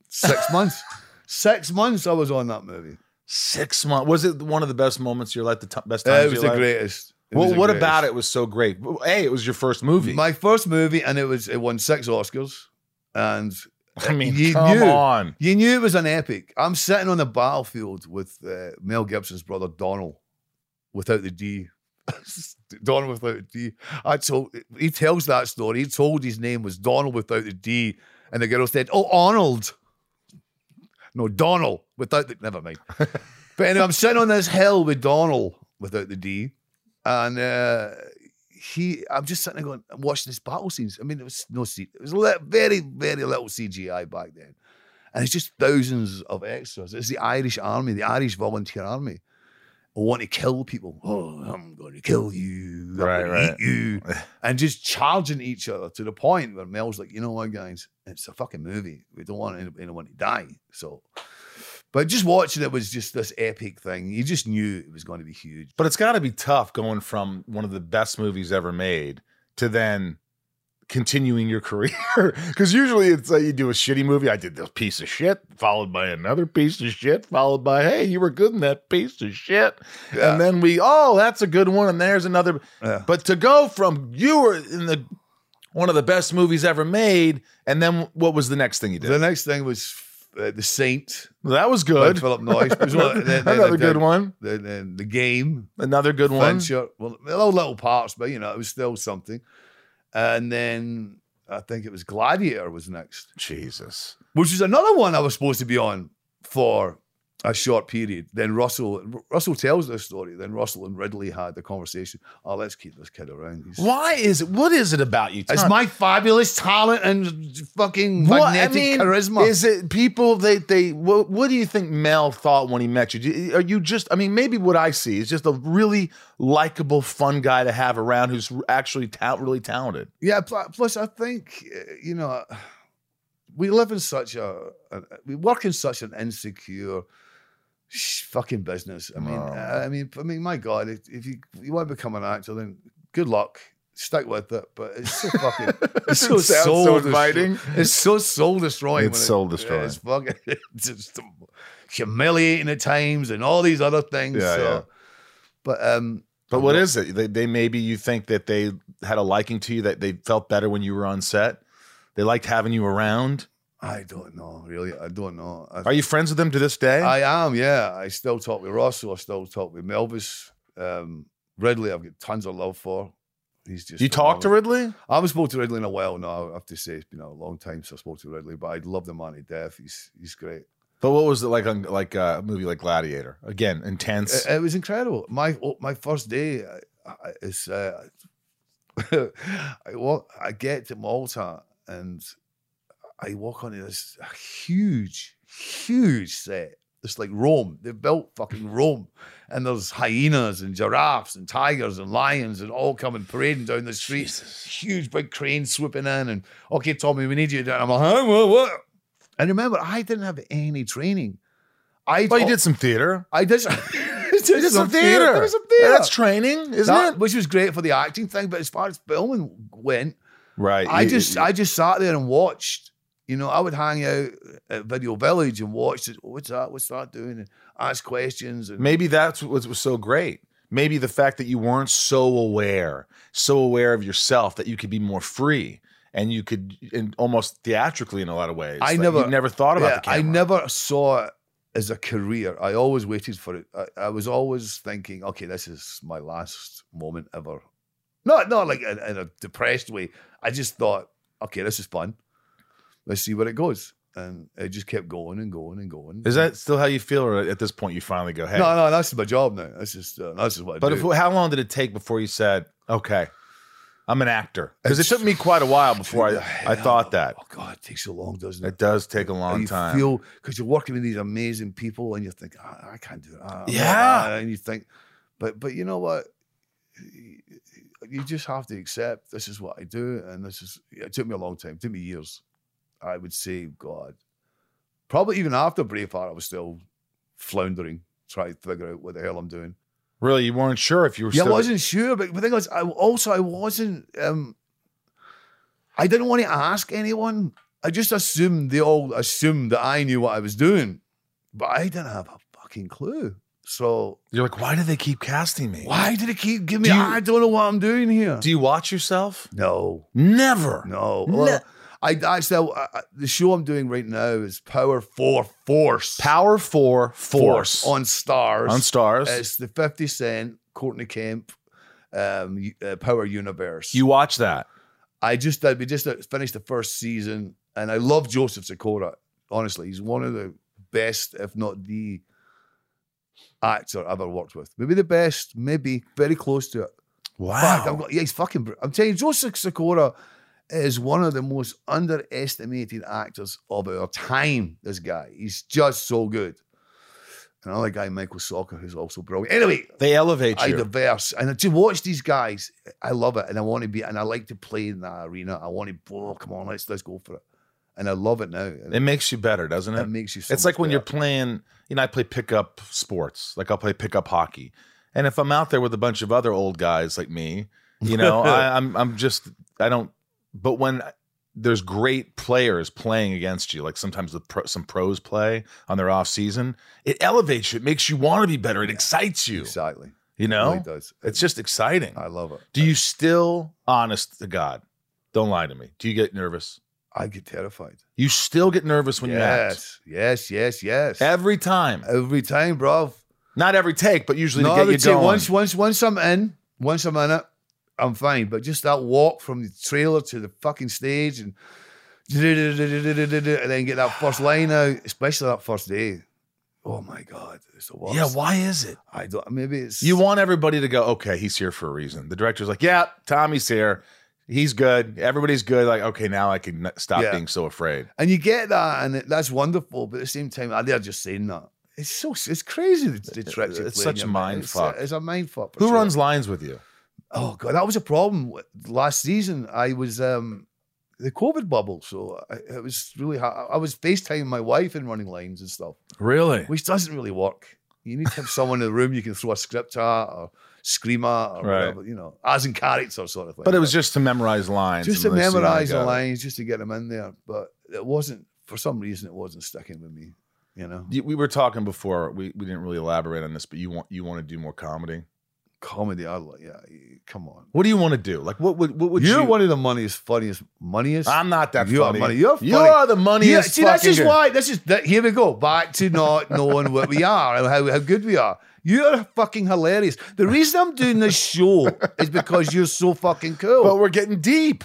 Six months. Six months I was on that movie. Six months. Was it one of the best moments of your life? The t- best Uh, times. it was of the your life? greatest. It Well, was the what about greatest. it was so great? Well, A, it was your first movie. My first movie, and it was it won six Oscars, and I mean, you come knew. on. you knew it was an epic. I'm sitting on the battlefield with uh, Mel Gibson's brother Donald, without the D. *laughs* Donald without a D. I told he tells that story. He told his name was Donald without the D, and the girl said, "Oh, Arnold." No, Donald without the. Never *laughs* mind. but anyway, I'm sitting on this hill with Donald without the D, and uh, he. I'm just sitting there going, I'm watching this battle scenes. I mean, it was no seat. It was li- very, very little CGI back then, and it's just thousands of extras. It's the Irish Army, the Irish Volunteer Army. Want to kill people? Oh, I'm going to kill you! I'm Right, gonna right. *laughs* Eat you! And just charging each other to the point where Mel's like, you know what, guys, it's a fucking movie. We don't want any- anyone to die. So but just watching it was just this epic thing. You just knew it was going to be huge. But it's got to be tough going from one of the best movies ever made to then continuing your *laughs* career. Because usually it's like you do a shitty movie. I did this piece of shit, followed by another piece of shit, followed by, hey, you were good in that piece of shit. Yeah. And then we, oh, that's a good one. And there's another. Yeah. But to go from you were in the one of the best movies ever made, and then what was the next thing you did? The next thing was uh, The Saint that was by good. Philip *laughs* Noyce. It was one- then- then I another did- good one. Then, then The Game, Another good one. Fincher. Well, they're all little parts, but you know, it was still something. And then I think it was Gladiator was next, Jesus. which is another one I was supposed to be on for a short period. Then Russell Russell tells this story. Then Russell and Ridley had the conversation. Oh, let's keep this kid around. He's- Why is it? What is it about you? It's Tom? my fabulous talent and fucking What- magnetic charisma. Is it people they they what, what do you think Mel thought when he met you? Do- Are you just I mean maybe what I see is just a really likable fun guy to have around who's actually ta- really talented. Yeah. pl- Plus, I think uh, you know, we live in such a, a we work in such an insecure sh- fucking business. I mean, Wow. I mean, I mean, my God, if, if you you want to become an actor, then good luck. Stick with it, but *laughs* it's so fucking. It's so *laughs* It sounds soul so destro- inviting. It's so soul destroying. It's when it- soul *laughs* yeah, destroying. It's fucking *laughs* it's just humiliating at times and all these other things. Yeah, so. yeah. But um, But what is it? They, they maybe you think that they had a liking to you that they felt better when you were on set. They liked having you around. I don't know. Really, I don't know. I Are you friends with them to this day? I am, yeah. I still talk with Russell. I still talk with Melvis. Um, Ridley, I've got tons of love for. He's just you talk to phenomenal. Ridley? I haven't spoken to Ridley in a while now. I have to say it's been a long time since I spoke to Ridley, but I love the man to death. He's he's great. But what was it like on like uh, a movie like Gladiator? Again, intense. It, it was incredible. My oh, my first day I, I, is uh, *laughs* I walk. I get to Malta and I walk onto this huge, huge set. It's like Rome. They built fucking Rome, and there's hyenas and giraffes and tigers and lions and all coming parading down the street. Huge big cranes swooping in and okay, Tommy, we need you. And I'm like, huh, what, what? And remember, I didn't have any training. I well, you oh, did some theater. I *laughs* did. I did You did some theater. There was some theater. That's training, isn't That- it? Which was great for the acting thing, but as far as filming went, Right. I you- just I just sat there and watched. You know, I would hang out at Video Village and watch it. "Oh, What's that? What's that doing? And ask questions. And Maybe that's what was so great. Maybe the fact that you weren't so aware, so aware of yourself that you could be more free and you could and almost theatrically in a lot of ways. I that never- you never thought about Yeah, the camera. I never saw it as a career. I always waited for it. I, I was always thinking, okay, this is my last moment ever. Not not like in, in a depressed way. I just thought, okay, this is fun. Let's see where it goes, and it just kept going and going and going. Is that still how you feel, or at this point you finally go, "Hey"? No, no, that's my job now. That's just uh, that's just what I but do. if, how long did it take before you said, "Okay, I'm an actor"? Because it It's- took me quite a while before *sighs* I, I *laughs* thought that. Oh God, it takes so long, doesn't it? It does take a And long you time. feel because you're working with these amazing people, and you think, "Ah, I can't do it. Ah, I'm not- Yeah. ah," and you think, but but you know what? You just have to accept this is what I do, and this is. It took me a long time. It took me years. I would say, God, probably even after Braveheart, I was still floundering, trying to figure out what the hell I'm doing. really, you weren't sure if you were. Yeah, still- I wasn't sure, but the thing was, I also I wasn't. Um, I didn't want to ask anyone. I just assumed they all assumed that I knew what I was doing, but I didn't have a fucking clue. So You're like, why do they keep casting me? why did it keep giving me? Do you- I don't know what I'm doing here. Do you watch yourself? no, Never. no. Well, I actually I, I, the show I'm doing right now is Power Four Force. Power Four Force, on stars. on stars. It's the Fifty Cent, Courtney Kemp, um, U- uh, Power Universe. you watch that. I just did. We just uh, finished the first season, and I love Joseph Sikora. Honestly, he's one of the best, if not the actor I've ever worked with. Maybe the best, maybe very close to it. Wow. Fuck, I'm, go- yeah, he's fucking. br- I'm telling you, Joseph Sikora is one of the most underestimated actors of our time. This guy, he's just so good. Another guy, Michael Soccer, who's also brilliant. Anyway, they elevate I you. diverse. And to watch these guys, I love it. And I want to be, and I like to play in that arena. I want to, oh, come on, let's let's go for it. And I love it now. And it makes you better, doesn't it it? makes you so it's like much when you're better. playing, you know, I play pickup sports. Like I'll play pickup hockey. And if I'm out there with a bunch of other old guys like me, *laughs* you know, I, I'm I'm just I don't but when there's great players playing against you, like sometimes the pro, some pros play on their off season, it elevates you, it makes you want to be better, it excites you. Exactly. You No, know? it does. It's just exciting. I love it. Do you still, honest to God, don't lie to me? Do you get nervous? I get terrified. You still get nervous when yes, yes, yes, yes. you act every time. Every time, bro. Not every take, but usually No, I to get would you say going. once, once, once I'm in, once I'm in it, I'm fine. But just that walk from the trailer to the fucking stage and and then get that first line out, especially that first day. Oh my god, it's the worst. Yeah, why is it? I don't. Maybe it's You want everybody to go, okay, he's here for a reason. The director's like, yeah, Tommy's here. He's good. Everybody's good. Like, okay, now I can n- stop Yeah. being so afraid. and you get that, and it, that's wonderful. But at the same time, ah, they're just saying that. It's so it's crazy the, the tricks. you It's play in such your a mind. mind It's fuck. It's, a mind fuck. for Who sure. runs lines with you? Oh god, that was a problem with- last season. I was um the COVID bubble, so I, it was really hard. I was FaceTiming my wife and running lines and stuff, Really? which doesn't really work. You need to have someone in the room you can throw a script at or scream at or Right. whatever, you know, as in character sort of thing. But it was just to memorize lines. just to and then see how memorize it the goes. lines, just to get them in there. But it wasn't for some reason it wasn't sticking with me, you know. You- We were talking before. We, we didn't really elaborate on this, but you want you want to do more comedy. Comedy, I like, yeah, come on. What do you want to do? Like, what would what would You're you? one of the moneyest, funniest, moneyest. I'm not that You are funny. money- you're You funny. are the moneyest. Yeah, see, that's fucking just guy. why. That's just that, here we go back to not *laughs* knowing what we are and how, how good we are. You're fucking hilarious. The reason I'm doing this show is because you're so fucking cool. But we're getting deep.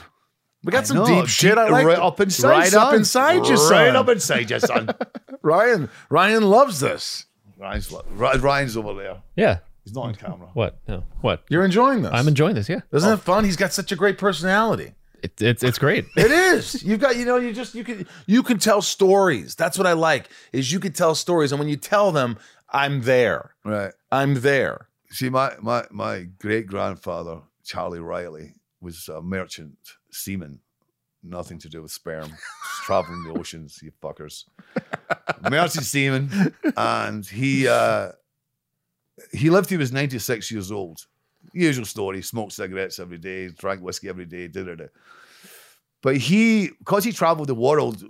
We got I some know, deep shit. I like right it. up inside, Right up son. inside you, son. Right up inside you, *laughs* son. Ryan. Ryan loves this. Ryan's, lo- Ry- Ryan's over there. Yeah. He's not on camera. What? No. What? You're enjoying this. I'm enjoying this. Yeah. Isn't it fun? He's got such a great personality. It, it's it's great. *laughs* It is. You've got, you know, you just you can you can tell stories. That's what I like is you can tell stories, and when you tell them, I'm there. Right. I'm there. See, my my my great grandfather Charlie Riley was a merchant seaman. Nothing to do with sperm. Just traveling the oceans, you fuckers. merchant seaman, and he uh, he lived. till He was ninety six years old. Usual story: smoked cigarettes every day, drank whiskey every day, da da da. But he, because he traveled the world,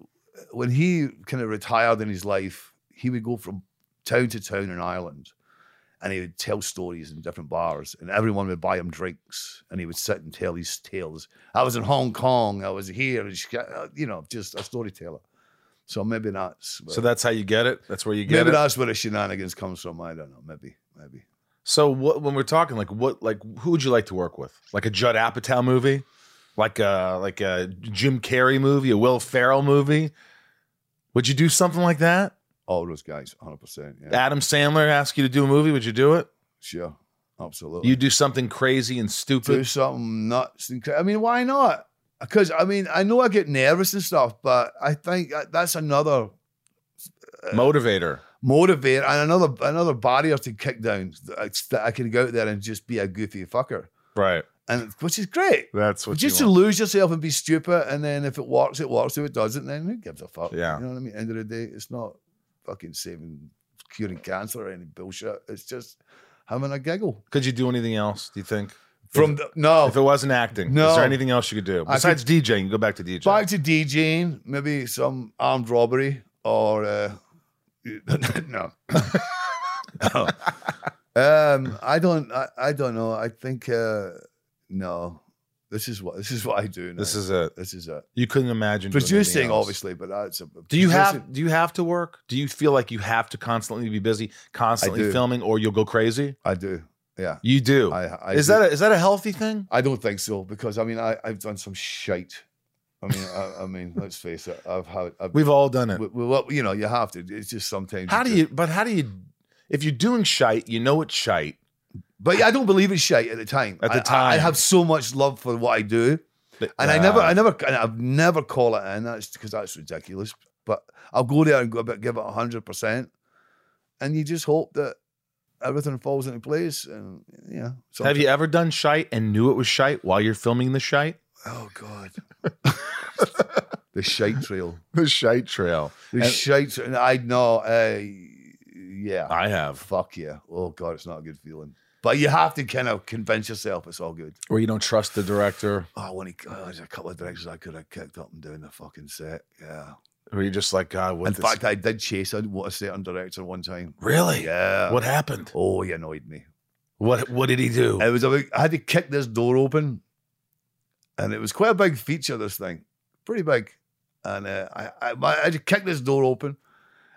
when he kind of retired in his life, he would go from town to town in Ireland and he would tell stories in different bars, and everyone would buy him drinks, and he would sit and tell these tales. I was in Hong Kong, I was here, and sh- uh, you know, just a storyteller. So maybe that's So that's how you get it. That's where you get maybe it. that's where the shenanigans comes from. I don't know. Maybe, maybe. So what when we're talking like what like who would you like to work with? Like a Judd Apatow movie? Like a like a Jim Carrey movie, a Will Ferrell movie? Would you do something like that? All those guys, hundred percent. Yeah, Adam Sandler asked you to do a movie, would you do it? sure, absolutely. You do something crazy and do stupid. something nuts. And cra- I mean, why not? Because I mean, I know I get nervous and stuff, but I think that- that's another uh, Motivator. motivate and another another barrier to kick down It's that I can go out there and just be a goofy fucker, Right. and which is great. That's what just you to want. lose yourself and be stupid, and then if it works, it works. If it doesn't, then who gives a fuck? Yeah. you know what I mean. End of the day, it's not fucking saving curing cancer or any bullshit. It's just having a giggle. Could you do anything else, do you think? From the, no, If it wasn't acting, No. is there anything else you Oh. could do I besides DJing? You go back to DJing. Back to DJing, maybe some armed robbery or uh, *laughs* *laughs* no. No. um, I don't. I, I don't know. I think uh, no. This is what this is what I do. Now. This is it. this is it. You couldn't imagine doing anything Producing, else. obviously, but that's a, Do you producing- have do you have to work? Do you feel like you have to constantly be busy, constantly do. filming, or you'll go crazy? I do. Yeah. You do. I, I is do. that a, is that a healthy thing? I don't think so because I mean I I've done some shite. I mean I, I mean let's face it. I've had. I've, We've all done it. we, we- well, you know, you have to. It's just sometimes. How do just- you? But how do you? If you're doing shite, you know it's shite. But I don't believe it's shite at the time. At the I- I, I time. have so much love for what I do, But, and I never, uh, I never, and I've never call it in. That's because that's ridiculous. But I'll go there and go about, give it hundred percent, and you just hope that everything falls into place. And yeah, have you ever done shite and knew it was shite while you're filming the shite? Oh God, *laughs* the shite trail, The shite trail. the shite. tra- I know. Uh, yeah, I have, fuck yeah. Oh God, it's not a good feeling. But you have to kind of convince yourself it's all good. or you don't trust the director, Oh, I want to. Oh, there's a couple of directions I could have kicked up and down the fucking set. Yeah. or you're just like, God, what? In this- fact, I did chase a, what a certain director one time. really? Yeah. What happened? Oh, he annoyed me. What What did he do? It was about, I had to kick this door open, and it was quite a big feature. This thing, pretty big, and uh, I, I, my- I had to kick this door open,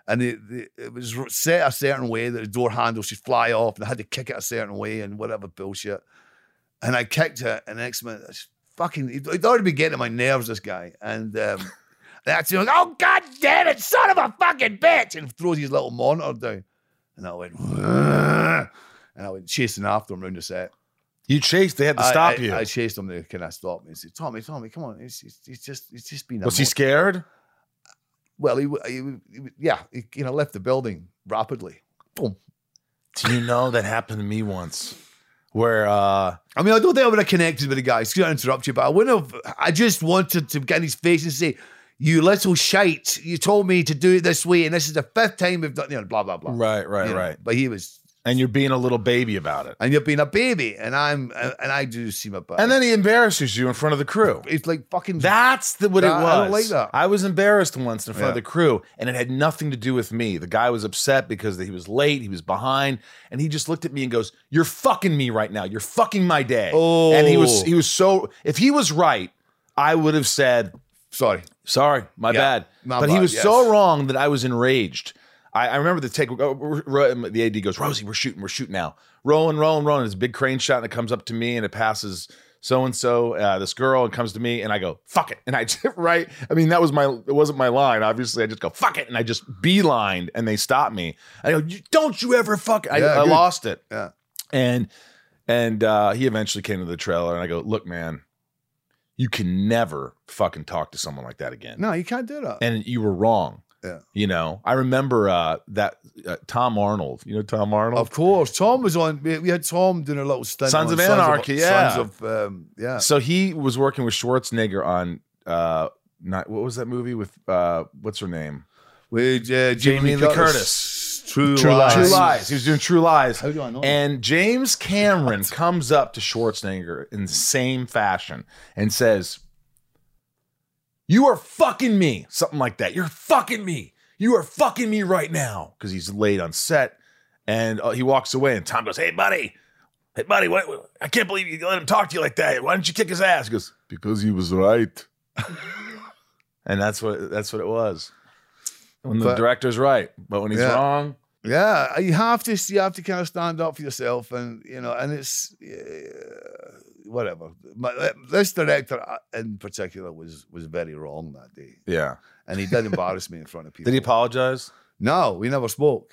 and it, it, it was r- set a certain way that the door handle should fly off, and I had to kick it a certain way and whatever bullshit. And I kicked it, and the next minute, I just fucking, he'd already been getting on my nerves, this guy. And um, *laughs* that's him, oh, god damn it, son of a fucking bitch, and throws his little monitor down. And I went, "Ugh," and I went chasing after him round the set. You chased. They had to I- stop I, you. I, chased him there. Can I stop me? He said, Tommy, Tommy, come on. He's, he's, he's just, he's just been. a was he mon- scared? Well, he, w- he, w- he w- yeah, he, you know, left the building rapidly. Boom. Do you know that happened to me once? Where uh I mean, I don't think I would have connected with the guy. Excuse me to interrupt you, but I wouldn't have. I just wanted to get in his face and say, "You little shite! You told me to do it this way, and this is the fifth time we've done." You know, blah blah blah. Right, right, You know, right. But he was, And you're being a little baby about it. and you've been a baby, and I'm, and I do seem a bit. And then he embarrasses you in front of the crew. it's like fucking That's the, what it That- was. I don't like that. I was embarrassed once in front of Yeah. the crew, and it had nothing to do with me. The guy was upset because he was late, he was behind, and he just looked at me and goes, "You're fucking me right now. You're fucking my day." Oh. and he was he was so. If he was right, I would have said, Sorry. Sorry, my Yeah, bad. my but he bad, was yes. so wrong that I was enraged. I, I remember the take. oh, we're- we're- The AD goes, Rosie, we're shooting, we're shooting now. Rolling, rolling, rolling. It's a big crane shot, and it comes up to me, and it passes so and so, this girl, and comes to me, and I go, fuck it. And I *laughs* just, right? I mean, that was my, it wasn't my line. Obviously, I just go, fuck it. And I just beelined, and they stop me. I go, "You- don't you ever fuck it. I, Yeah, I good. lost it. Yeah. And, and uh, he eventually came to the trailer, and I go, look, man, you can never fucking talk to someone like that again No, you can't do that. and you were wrong. Yeah. You know, I remember uh, that uh, Tom Arnold. You know Tom Arnold. Of course, Tom was on. We, we had Tom doing a little stint. Sons on of Anarchy, yeah. Sons of um, yeah. So he was working with Schwarzenegger on uh, not what was that movie with uh, what's her name? With uh, Jamie Jamie Lee True, True lies. True Lies. He was doing True Lies. How do I know that? And James Cameron comes up to Schwarzenegger in the same fashion and says, You are fucking me. Something like that. You're fucking me. You are fucking me right now. Because he's late on set. And uh, he walks away, and Tom goes, Hey, buddy. Hey, buddy, what, I can't believe you let him talk to you like that. Why don't you kick his ass? He goes, Because he was right. *laughs* and that's what that's what it was. When the But- director's right, but when he's Yeah. wrong, Yeah, you have to. You have to kind of stand up for yourself, and you know, and it's uh, whatever. My, this director uh, in particular was was very wrong that day, yeah. and he did embarrass me in front of people. *laughs* Did he apologize? No, we never spoke.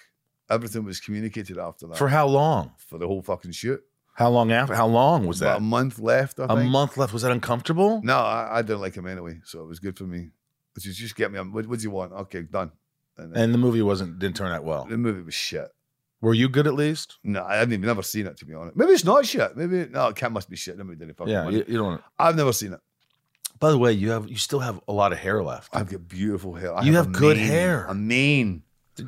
Everything was communicated after that For how long? for the whole fucking shoot. How long after? How long was About that? a month left? I A think. month left. Was that uncomfortable? No, I, I didn't like him anyway, so it was good for me. Which is just get me. on- What, what do you want? Okay, done. And, then And the movie wasn't didn't turn out well. the movie was shit. Were you good at least? No, I haven't even never seen it to be honest. Maybe it's not shit. Maybe no, it can't must be shit. Nobody did it fucking Yeah, money. you, you don't. I've never seen it. By the way, you have you still have a lot of hair left. I've got beautiful hair. I You a have good mane. hair. A *laughs* mane.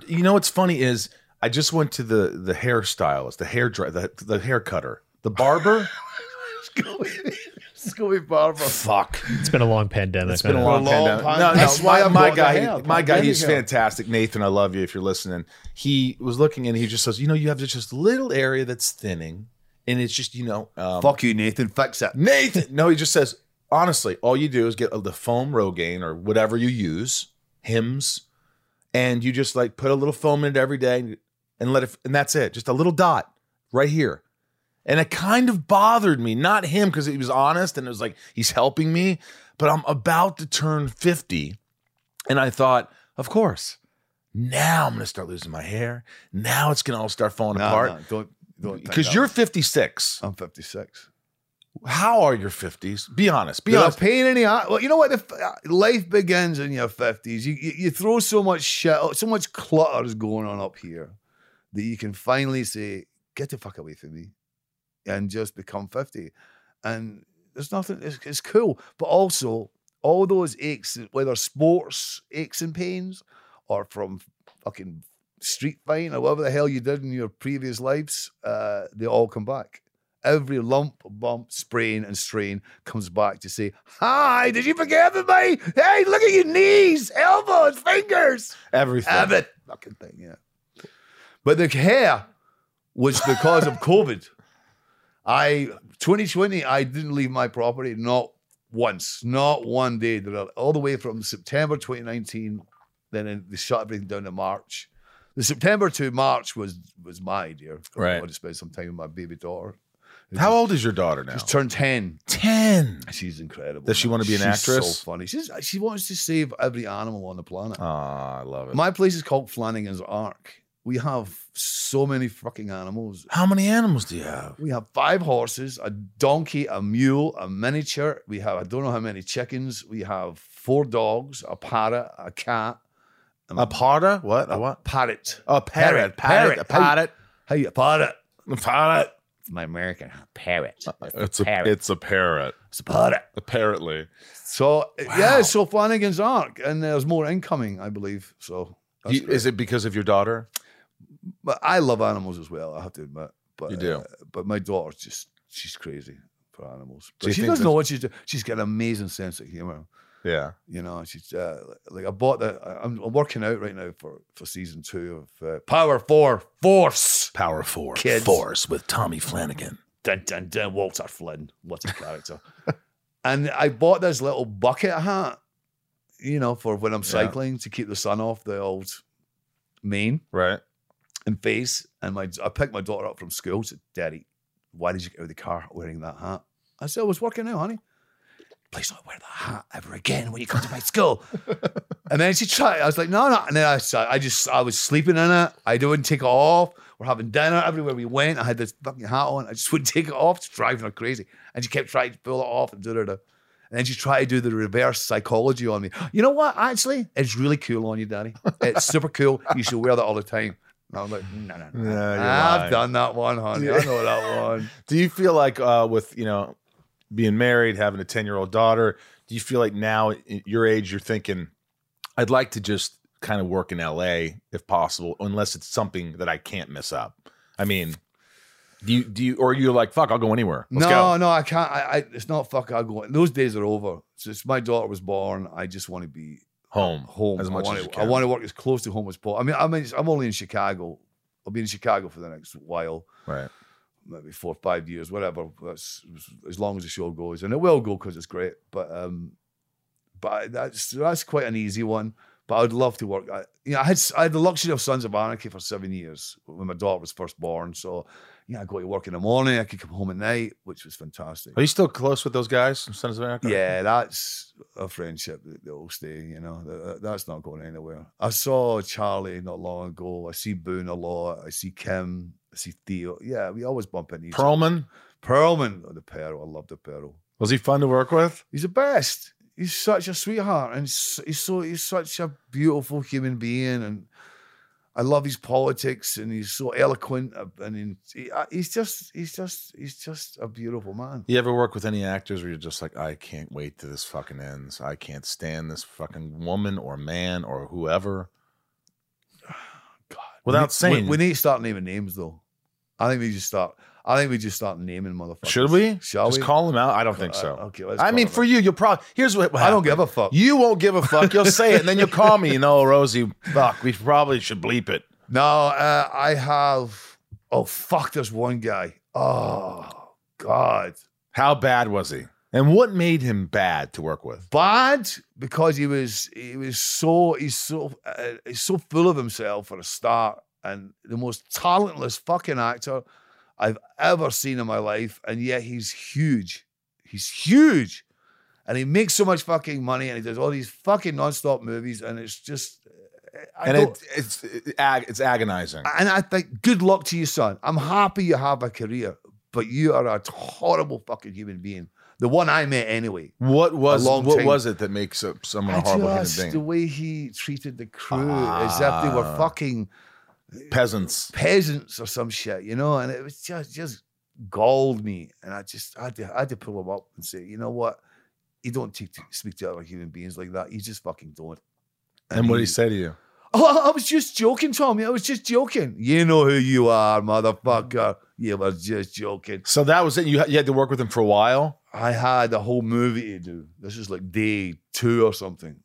you know what's funny is I just went to the the hairstylist, the hair dry, the the hair cutter, the *laughs* barber. Scooby Barber. Fuck, It's been a long pandemic. it's been a huh? long long time. time. No, no, That's why my, I've my got the guy, hair, my guy, pandemic he's hair. fantastic. Nathan, I love you if you're listening. He was looking and he just says, you know, you have just this little area that's thinning, and it's just you know, um, Fuck you, Nathan. Fix it. Nathan. No, he just says, honestly, all you do is get the foam Rogaine or whatever you use, Hims, and you just like put a little foam in it every day and, and let it, and that's it. Just a little dot right here. And it kind of bothered me, not him, because he was honest and it was like, he's helping me, but I'm about to turn 50. And I thought, of course. Now I'm going to start losing my hair. Now it's going to all start falling No, apart. no, don't don't. think Because that you're way. 56 I'm 56. how are your 50s? Be honest. Be You're a honest. pain in the ass. Well, you know what? The f- uh, life begins in your 50s. You, you you throw so much shit, out, so much clutter is going on up here that you can finally say, "Get the fuck away from me," and just become 50. And there's nothing. It's, it's cool, but also all those aches, whether sports aches and pains, or from fucking street fighting or whatever the hell you did in your previous lives, uh, they all come back. Every lump, bump, sprain, and strain comes back to say, Hi, did you forgive me? Hey, look at your knees, elbows, fingers. Everything. Every fucking thing, yeah. But the hair was because of COVID. I 2020, I didn't leave my property not once, not one day. Did I- All the way from September 2019, then in- they shut everything down to March. The September to March was was my idea. I Right. wanted to spend some time with my baby daughter, How old is your daughter now? She's turned 10. 10. She's incredible. Does she man. wanna be an She's actress? so funny. She's, she wants to save every animal on the planet. Oh, I love it. My place is called Flanagan's Ark. We have so many fucking animals. How many animals do you have? We have five horses, a donkey, a mule, a miniature. We have, I don't know how many chickens. We have four dogs, a parrot, a cat, A parrot? What? A what? parrot. A parrot. Parrot. A parrot. Hey, a parrot. A parrot. My American parrot. It's a it's a parrot. It's a parrot. Apparently. So, yeah, so Flanagan's Ark, and there's more incoming, I believe. So, that's You- great. is it because of your daughter? But I love animals as well. I have to admit. But You do. uh, but my daughter's just she's crazy for animals. Do But you she think doesn't that- know what she's doing. She's got an amazing sense of humor. Yeah. You know, she's uh, like I bought the. I- I'm, I'm working out right now for for season two of uh, Power Four Force. Power Four Kids. Force with Tommy Flanagan. Dun dun dun. Walter Flynn, what a *laughs* character! and I bought this little bucket hat. You know, for when I'm Yeah. cycling to keep the sun off the old mane. Right. and face. And my I picked my daughter up from school. She said, Daddy, why did you get out of the car wearing that hat? I said, I was working out, honey. Please don't wear that hat ever again when you come to my *laughs* school. and then she tried. I was like, no, no. And then I, s- I just, I was sleeping in it. I didn't take it off. We're having dinner everywhere we went. I had this fucking hat on. I just wouldn't take it off. It's driving her crazy. And she kept trying to pull it off and do da da. And then she tried to do the reverse psychology on me. You know what? Actually, it's really cool on you, Daddy. It's super cool. You should wear that all the time. And I was like, no, no, no. Yeah, you're I've lying. done that one, honey. I know that *laughs* one. Do you feel like uh, with you know being married, having a ten year old daughter, do you feel like now at your age you're thinking, I'd like to just kind of work in L.A. if possible, unless it's something that I can't miss up. I mean, do you do you or you're like fuck, I'll go anywhere. Let's no, go. no, I can't. I, I, it's not fuck. I go. Those days are over. Since my daughter was born, I just want to be home, home as much I want as you to, can. I want to work as close to home as possible. I mean, I mean, I'm only in Chicago. I'll be in Chicago for the next while, right. maybe four or five years, whatever. That's as long as the show goes, and it will go because it's great. But um, but that's that's quite an easy one. But I'd love to work. I, you know, I had s- I had the luxury of Sons of Anarchy for seven years when my daughter was first born. So, yeah, I go to work in the morning. I could come home at night, which was fantastic. Are you still close with those guys from Sons of America? Yeah, that's a friendship that will stay, you know. That- that- That's not going anywhere. I saw Charlie not long ago. I see Boone a lot. I see Kim. I see Theo. Yeah, we always bump into each other. Perlman Perlman. Oh, the Pearl. I love the Pearl. was he fun to work with? He's the best. He's such a sweetheart, and s- he's so he's such a beautiful human being, and I love his politics, and he's so eloquent, uh, and he, I- he's just he's just he's just a beautiful man. You ever work with any actors where you're just like, I can't wait till this fucking ends. I can't stand this fucking woman or man or whoever. *sighs* God, Without we, saying- we, we need to start naming names though. I think we just start. I think we just start naming motherfuckers. Should we? Shall Just we? call them out. I don't think so. Uh, okay, let's I call mean, them for out. you, you'll probably here's what I don't give a fuck. You won't give a fuck. You'll say it, and then you'll call me. You know, Rosie, fuck. We probably should bleep it. No, uh, I have. Oh fuck! There's one guy. Oh God. How bad was he? And what made him bad to work with? bad because he was he was so he's so uh, he's so full of himself for a start and the most talentless fucking actor I've ever seen in my life and yet he's huge he's huge and he makes so much fucking money and he does all these fucking non-stop movies and it's just uh, I and don't- it, it's it, ag- it's agonizing. and I think good luck to you, son. I'm happy you have a career, but you are a horrible fucking human being. The one I met anyway. what was long what time. was it that makes a, someone a horrible I human just, being? the way he treated the crew as if they were Ah. fucking Peasants. peasants or some shit, you know. And it was just just galled me, and I just I had to I had to pull him up and say, you know what, you don't t- speak to other human beings like that. You just fucking don't. And what did he say to you? Oh, I was just joking, Tommy. I was just joking. You know who you are, motherfucker. You were just joking. So that was it. You, ha- you had to work with him for a while. I had a whole movie to do. This is like day two or something.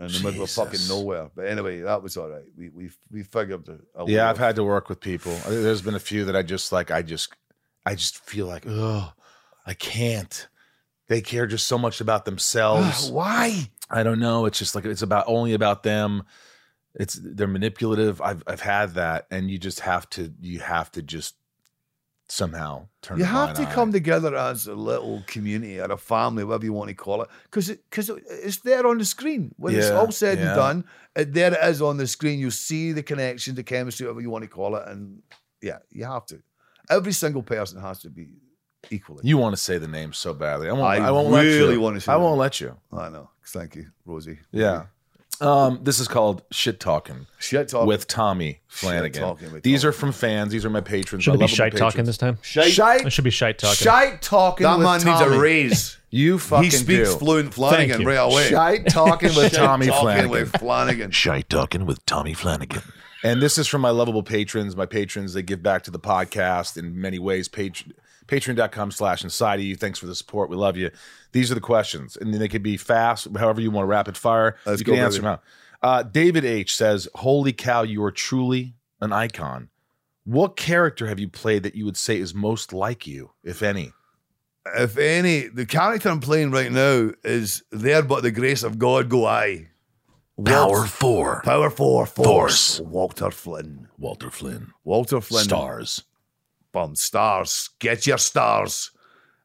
In the middle of fucking Jesus. nowhere. But anyway, that was all right. We we we figured it out. Yeah, I've had to work with people. I think There's been a few that I just like. I just, I just feel like, oh, I can't. They care just so much *sighs* about themselves. Ah, Why? I don't know. It's just like it's about only about them. It's they're manipulative. I've I've had that, and you just have to you have to just somehow turn. You a have to blind eye. come together as a little community or a family, whatever you want to call it, because because it's there on the screen. When it's Yeah, all said yeah. and done, it, there it is on the screen. You see the connection, the chemistry, whatever you want to call it, and yeah, you have to. Every single person has to be equally. You want to say the name so badly. I won't. I, I won't let really you. wanna say I the won't name. let you. I know. Thank you, Rosie. Yeah. Um, this is called shit talking Shit talking. with Tommy Flanagan. Talking with These Tommy. are from fans. These are my patrons. Should I it be love my shite talking patrons. this time? Shite, Shite, It should be shite talking. shite talking. that with man needs Tommy. a raise. You fucking he speaks do. fluent Flanagan you. right away. Shite talking Shite with Tommy talking Flanagan. with Flanagan. Shite talking with Tommy Flanagan. And this is from my lovable patrons. My patrons, they give back to the podcast in many ways. Patr- Patreon.com slash inside of you. Thanks for the support. We love you. These are the questions. And then they could be fast, however you want to rapid fire. Let's you go, can answer baby. them out. Uh, David H says, Holy cow, you are truly an icon. What character have you played that you would say is most like you, if any? if any, the character I'm playing right now is there, but the grace of God go I. Walter- four. power four, force. Force. Walter Flynn, Walter Flynn. Walter Flynn, Stars. Bum, stars, get your stars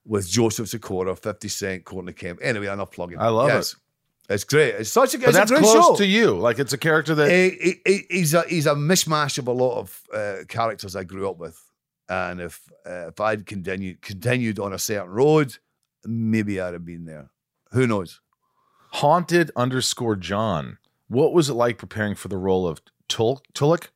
with Joseph Sikora, Fifty Cent, Courtney Kemp. Anyway, enough plugging. I love it. It's great. It's such a. But it's that's a great close show. to you. Like it's a character that He- he- he- he's a he's a mishmash of a lot of uh, characters I grew up with, and if uh, if I'd continued continued on a certain road, maybe I'd have been there. Who knows? Haunted underscore John. What was it like preparing for the role of Tul- Tuluk?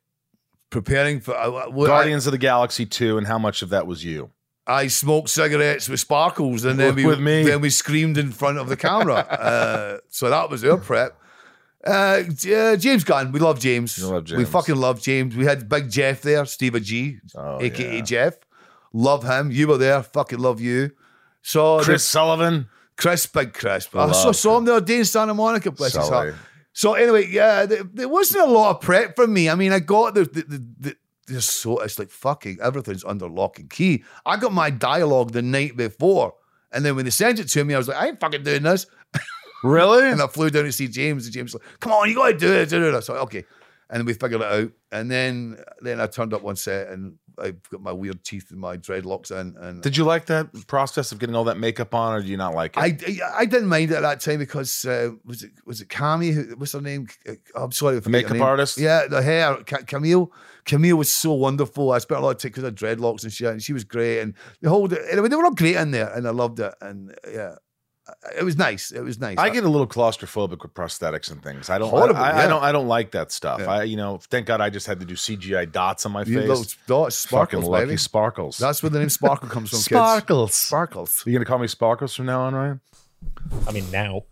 Preparing for I- I- well, I, Guardians of the Galaxy 2, and how much of that was you? I smoked cigarettes with sparkles, and then With- we with me. then we screamed in front of the camera. *laughs* uh, so that was our prep. Uh, J- uh, James Gunn, we love James. You love We James. fucking love James. We had Big Jeff there, Steve G, Oh, aka yeah. Jeff. Love him. You were there. Fucking love you. So Chris Sullivan. Chris, big Chris. I Love saw, saw him the other day in Santa Monica. Bless his Sully. heart. So anyway, yeah, there, there wasn't a lot of prep for me. I mean, I got the the the. the just so it's like fucking everything's under lock and key. I got my dialogue the night before, and then when they sent it to me, I was like, I ain't fucking doing this. Really? *laughs* And I flew down to see James, and James was like, Come on, you gotta do it. Do it. I was like, okay. And we figured it out. And then then I turned up one set, and I've got my weird teeth and my dreadlocks in. And Did you like that process of getting all that makeup on, or do you not like it? I, I I didn't mind it at that time because uh, was it was it Cammy? Who, what's her name? Uh, I'm sorry, I forget her makeup name. artist? Yeah, the hair. Ca- Camille. Camille was so wonderful. I spent a lot of time because of dreadlocks and shit, and she was great. And the whole anyway, they were all great in there, and I loved it. And uh, yeah, it was nice. It was nice. I get a little claustrophobic with prosthetics and things. I don't. Horrible, I, I yeah. don't. I don't like that stuff. Yeah. I, you know, thank God I just had to do CGI dots on my you face. little dots, Fucking sparkles, lucky baby. sparkles. That's where the name Sparkle comes from. Kids. sparkles. Sparkles. You gonna call me Sparkles from now on, Ryan? I mean, now.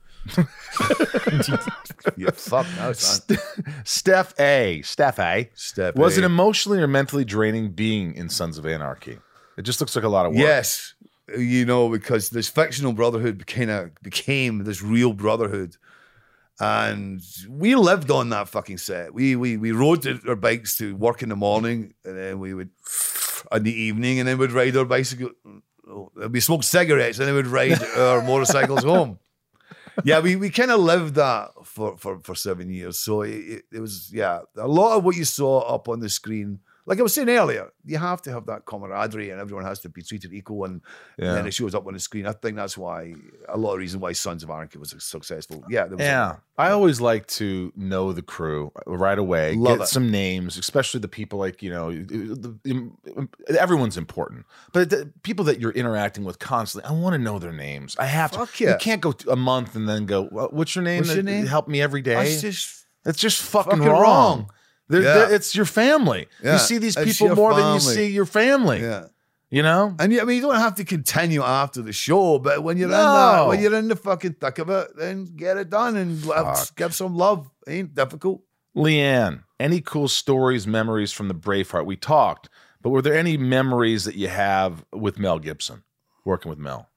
Yeah, fuck no, son. Steph A. Steph A. Step. Was A. it emotionally or mentally draining being in Sons of Anarchy? It just looks like a lot of work. Yes, you know, because this fictional brotherhood kind of became this real brotherhood, and we lived on that fucking set. We we we rode the- our bikes to work in the morning, and then we would in the evening, and then we'd ride our bicycle. We smoked cigarettes, and then we'd ride our motorcycles home. Yeah, we, we kind of lived that for, for, for seven years. So it, it, it was, yeah, a lot of what you saw up on the screen like I was saying earlier, you have to have that camaraderie, and everyone has to be treated equal, and, Yeah. then it shows up on the screen. I think that's why a lot of reason why Sons of Anarchy was successful. Yeah, there was Yeah. I always like to know the crew right away, Love get it. some names, especially the people like, you know, the, the- everyone's important, but the people that you're interacting with constantly, I want to know their names. I have Fuck to. yeah. You can't go a month and then go, "Well, what's your name? What's your that name?" Help me every day. That's just It's just fucking, Fucking wrong. wrong. They're- Yeah. they're- it's your family. Yeah. You see these It's people your more than you family. see your family. yeah. You know? And you, I mean, you don't have to continue after the show, but when you're in No. that, when you're in the fucking thick of it, then get it done and love, Fuck. give some love. ain't difficult. Leanne, any cool stories, memories from the Braveheart? We talked, but were there any memories that you have with Mel Gibson, working with Mel?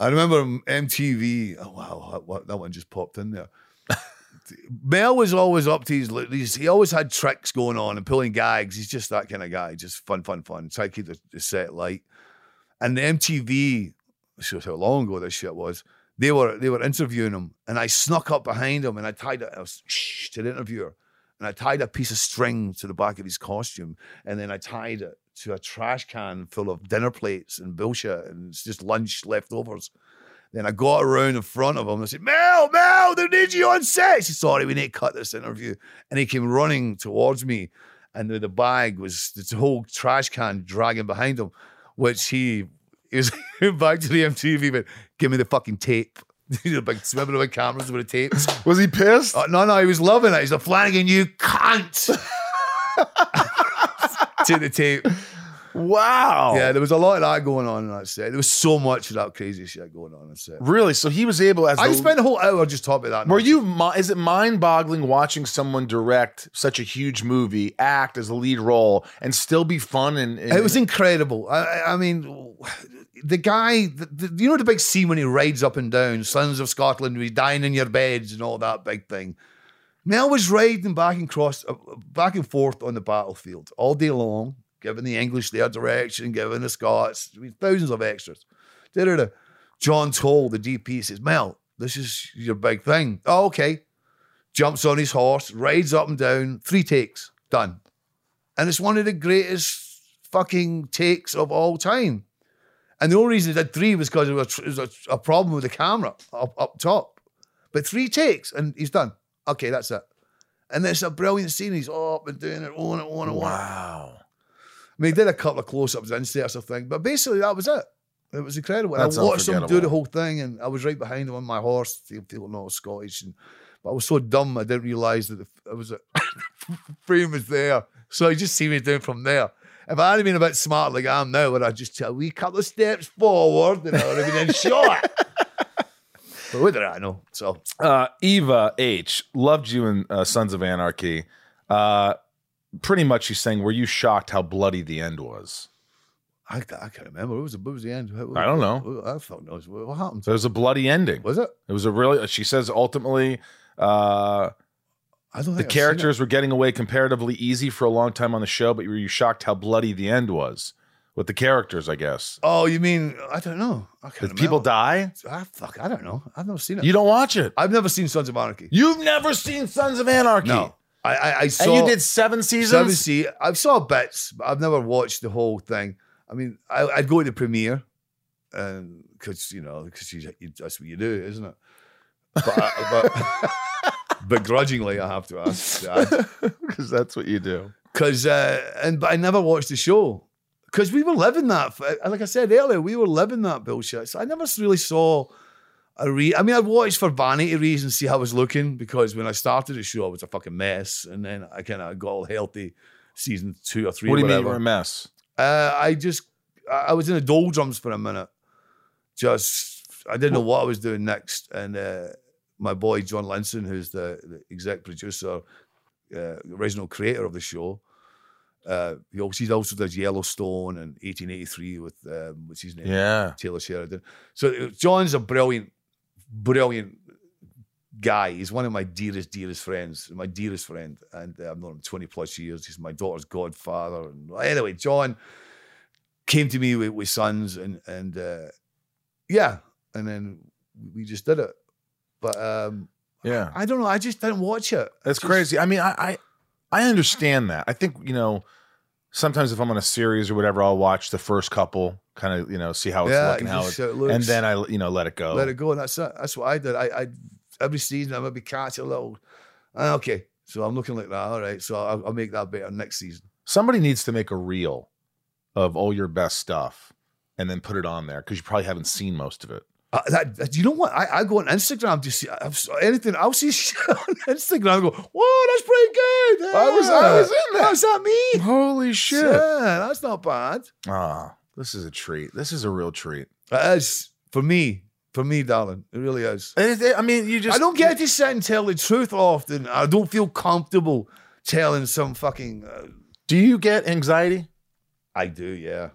I remember MTV. Oh wow, that one- that one just popped in there. Mel was always up to his. He's, he always had tricks going on and pulling gags. He's just that kind of guy. Just fun, fun, fun. Try to keep the, the set light. And the MTV. Shows how long ago this shit was. They were they were interviewing him, and I snuck up behind him and I tied a, I was, shh, to the interviewer, and I tied a piece of string to the back of his costume, and then I tied it to a trash can full of dinner plates and bullshit, and it's just lunch leftovers. Then I got around in front of him and I said, Mel, Mel, they need you on set. He said, sorry, we need to cut this interview. And he came running towards me, and the, the bag was this whole trash can dragging behind him, which he, he was *laughs* back to the MTV, he went, give me the fucking tape. *laughs* the big swimming with cameras with the tapes. Was he pissed? Oh, no, no, he was loving it. He's a Flanagan, you *laughs* cunt. to the tape. Wow. Yeah, there was a lot of that going on on that set. There was so much of that crazy shit going on on that set. Really? So he was able as I the- spent a whole hour just talking about that. Were you? mi- Is it mind-boggling watching someone direct such a huge movie, act as a lead role, and still be fun? And, and *laughs* It was incredible. I- I, I mean, the guy, the, the- you know, the big scene when he rides up and down, Sons of Scotland, we dine in your beds and all that big thing. Mel was riding back and cross, uh, back and forth on the battlefield all day long, giving the English their direction, giving the Scots I mean, thousands of extras. Da-da-da. John Toll, the DP, says, "Mel, this is your big thing." Oh, okay. Jumps on his horse, rides up and down, three takes, done. And it's one of the greatest fucking takes of all time. And the only reason they did three was because there was, there was a, a problem with the camera up, up top. But three takes and he's done. Okay, that's it. And it's a brilliant scene. He's up and doing it on and on and on. I wow. mean, he did a couple of close ups, inserts, I think. But basically, that was it. It was incredible. And That's I watched him do unforgettable. the whole thing and I was right behind him on my horse. People- People know I was Scottish. And, but I was so dumb, I didn't realize that the, it was a frame was there. So I just see me doing from there. If I had been a bit smart like I am now, would I just take a wee couple of steps forward and I would have been in shot. but whether I know. So Uh, Eva H. loved you in uh, Sons of Anarchy. Uh, pretty much, she's saying, "Were you shocked how bloody the end was?" I, I can't remember. What was, the- what was the end? What- I don't know. what- I fuck knows. What, what happened? So it was a bloody ending. Was it? It was a really. She says ultimately. Uh, I don't the think I've seen it. characters were getting away comparatively easy for a long time on the show, but were you shocked how bloody the end was with the characters? I guess Oh, you mean I don't know. I can't Did remember. people die. Ah, fuck, I don't know. I've never seen it. You don't watch it. I've never seen Sons of Anarchy. You've never seen Sons of Anarchy. No, I I, I And saw. you did seven seasons. seven se- I saw bits, but I've never watched the whole thing. I mean, I, I'd go to the premiere, and because you know, because you, you, that's what you do, isn't it? But, I, but *laughs* begrudgingly, I have to ask. because that's what you do. Because uh, and but I never watched the show because we were living that. f- uh, Like I said earlier, we were living that bullshit. So I never really saw a re. I mean, I watched for vanity reasons, see how I was looking because when I started the show, I was a fucking mess, and then I kind of got all healthy. Season two or three. What do you mean whatever. you're a mess? Uh, I just, I I was in the doldrums for a minute. Just, I didn't know what I was doing next. And uh, my boy John Linson, who's the, the exec producer, uh, original creator of the show, uh, he also, he also does Yellowstone and 1883 with um, what's his name? Yeah. Taylor Sheridan. So it- John's a brilliant, brilliant guy. He's one of my dearest, dearest friends, my dearest friend. And uh, I've known him 20 plus years. He's my daughter's godfather. And anyway, John came to me with, with sons and, and uh, yeah. And then we just did it. But um, Yeah. I don't know. I just didn't watch it. That's Just- crazy. I mean, I, I I understand that. I think you know. Sometimes if I'm on a series or whatever, I'll watch the first couple, kind of you know, see how it's Yeah, looking, you how just it, see how it looks. and then I you know let it go. Let it go. And that's it. That's what I did. I, I every season I maybe catch a little. "Ah, okay, so I'm looking like that. All right, so I'll, I'll make that better next season. Somebody needs to make a reel of all your best stuff and then put it on there because you probably haven't seen most of it. Uh, that, that- you know what? I, I go on Instagram to see I've, s- anything. I'll see *laughs* shit on Instagram. I go, whoa, that's pretty good. I was- I was in there. How's that *laughs* me? Holy Yeah, that's not bad. Ah, this is a treat. This is a real treat. It is for me. For me, darling, it really is. It- it- I mean, you just I don't get to sit and tell the truth often. I don't feel comfortable telling some fucking. Uh, Do you get anxiety? I do, yeah.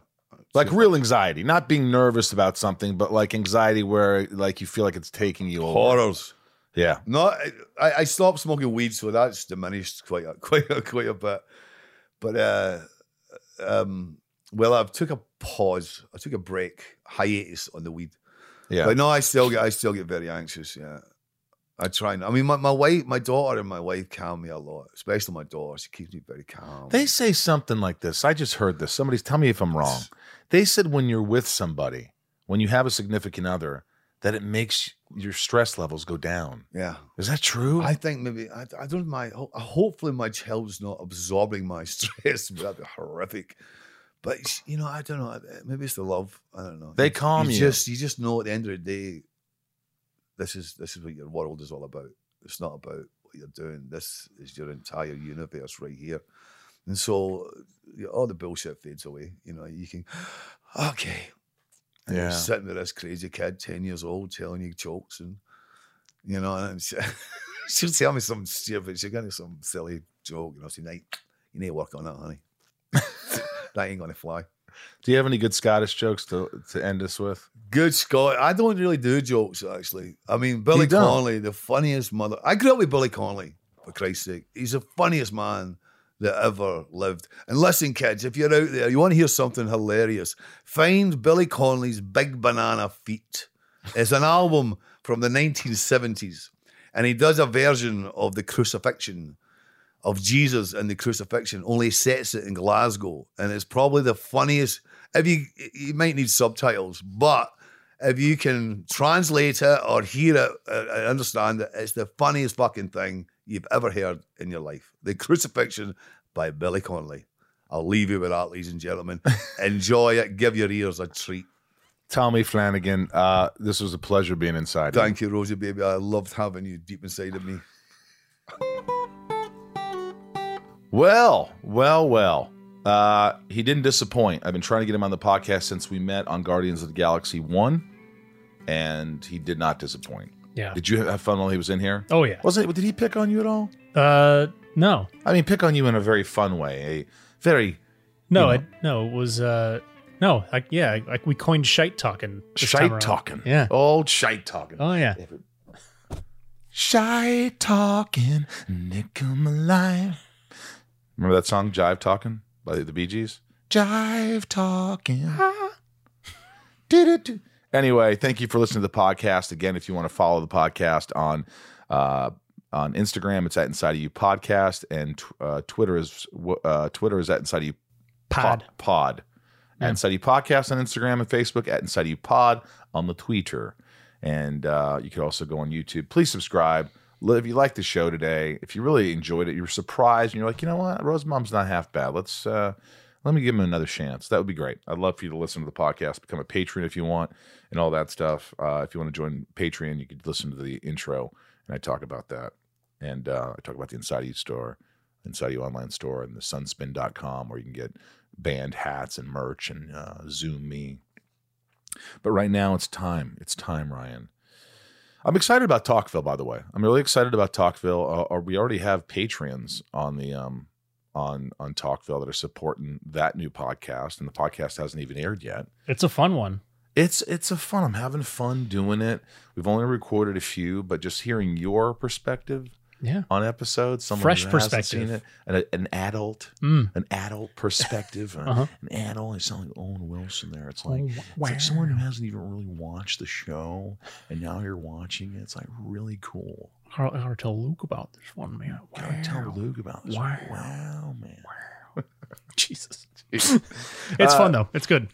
Like Super. real anxiety, not being nervous about something, but like anxiety where like you feel like it's taking you over. horrors. Yeah. No, I, I stopped smoking weed, so that's diminished quite a, *laughs* quite a, quite a bit. But uh, um, well, I've took a pause. I took a break, hiatus on the weed. Yeah. But no, I still get I still get very anxious. Yeah, I try and I mean my, my wife my daughter and my wife calm me a lot, especially my daughter. She keeps me very calm. They say something like this. I just heard this. Somebody's tell me if I'm wrong. They said when you're with somebody, when you have a significant other, that it makes your stress levels go down. yeah. Is that true? I think maybe I, I don't my ho- uh, hopefully my child's not absorbing my *laughs* stress. That'd be horrific. But it's- you know, I don't know. uh, Maybe it's the love. I don't know. They calm you. Just you just know at the end of the day, this is this is what your world is all about. It's not about what you're doing. This is your entire universe right here. And so you know, all the bullshit fades away. You know, you can *sighs* okay. And you're Yeah. sitting with this crazy kid, ten years old, telling you jokes and you know, and *laughs* she, she'll tell me some stupid, she'll give me some silly joke, and I'll say, "Mate, you need to work on that, honey. *laughs* that ain't gonna fly. Do you have any good Scottish jokes to, to end us with? Good Scott. I don't really do jokes actually. I mean, Billy You don't? Connolly, the funniest mother. I grew up with Billy Connolly, for Christ's sake. He's the funniest man that ever lived. And listen, kids, if you're out there, you want to hear something hilarious, find Billy Connolly's Big Banana Feet. It's an album from the 1970s, and he does a version of the crucifixion of Jesus and the crucifixion, only sets it in Glasgow. And it's probably the funniest. If you you might need subtitles, but if you can translate it or hear it and and understand it, it's the funniest fucking thing you've ever heard in your life. The *laughs* Crucifixion by Billy Connolly. I'll leave you with that, ladies and gentlemen. Enjoy it. Give your ears a treat. Tommy Flanagan, uh, this was a pleasure being inside. Thank you, Rosie, baby. I loved having you deep inside of me. Well, well, well. Uh, he didn't disappoint. I've been trying to get him on the podcast since we met on Guardians of the Galaxy 1, and he did not disappoint. Yeah. Did you have fun while he was in here? Oh yeah. Wasn't it? Did he pick on you at all? Uh, no, I mean, pick on you in a very fun way. A very no, You it, no. It was uh, no. Like yeah, like we coined shite talking. this time shite around. talking. Yeah. Old shite talking. Oh yeah. Shite talking, Nickum alive. Remember that song, Jive Talking by the Bee Gees? Jive Talking. Did it. Anyway, thank you for listening to the podcast. Again, if you want to follow the podcast on uh, on Instagram, it's at Inside of You Podcast, and tw- uh, Twitter is uh, Twitter is at Inside of You Pod. Po- pod. At Inside You Podcast on Instagram and Facebook, at Inside You Pod on the Twitter. And uh, you could also go on YouTube. Please subscribe. Li- If you like the show today, if you really enjoyed it, you were surprised and you're like, you know what? Rose Mom's not half bad. Let's uh, let me give him another chance. That would be great. I'd love for you to listen to the podcast, become a patron if you want, and all that stuff. Uh, if you want to join Patreon, you could listen to the intro and I talk about that. And uh, I talk about the Inside You store, Inside You online store, and the sunspin.com where you can get band hats and merch and uh, Zoom me. But right now it's time. It's time, Ryan. I'm excited about Talkville, by the way. I'm really excited about Talkville. Uh, uh, we already have Patreons on the um on on Talkville that are supporting that new podcast, and the podcast hasn't even aired yet. It's a fun one. It's it's a fun. I'm having fun doing it. We've only recorded a few, but just hearing your perspective Yeah. on episodes, someone Fresh who hasn't perspective. seen it, and a- an adult Mm. an adult perspective, or Uh-huh. an Oh, adult. It's not like Owen Wilson there. It's like, it's like someone who hasn't even really watched the show, and now you're watching it. It's like really cool. I gotta tell Luke about this one, man. Gotta tell Luke about this. Wow, Wow. man. *laughs* Jesus. Uh, it's fun though. It's good.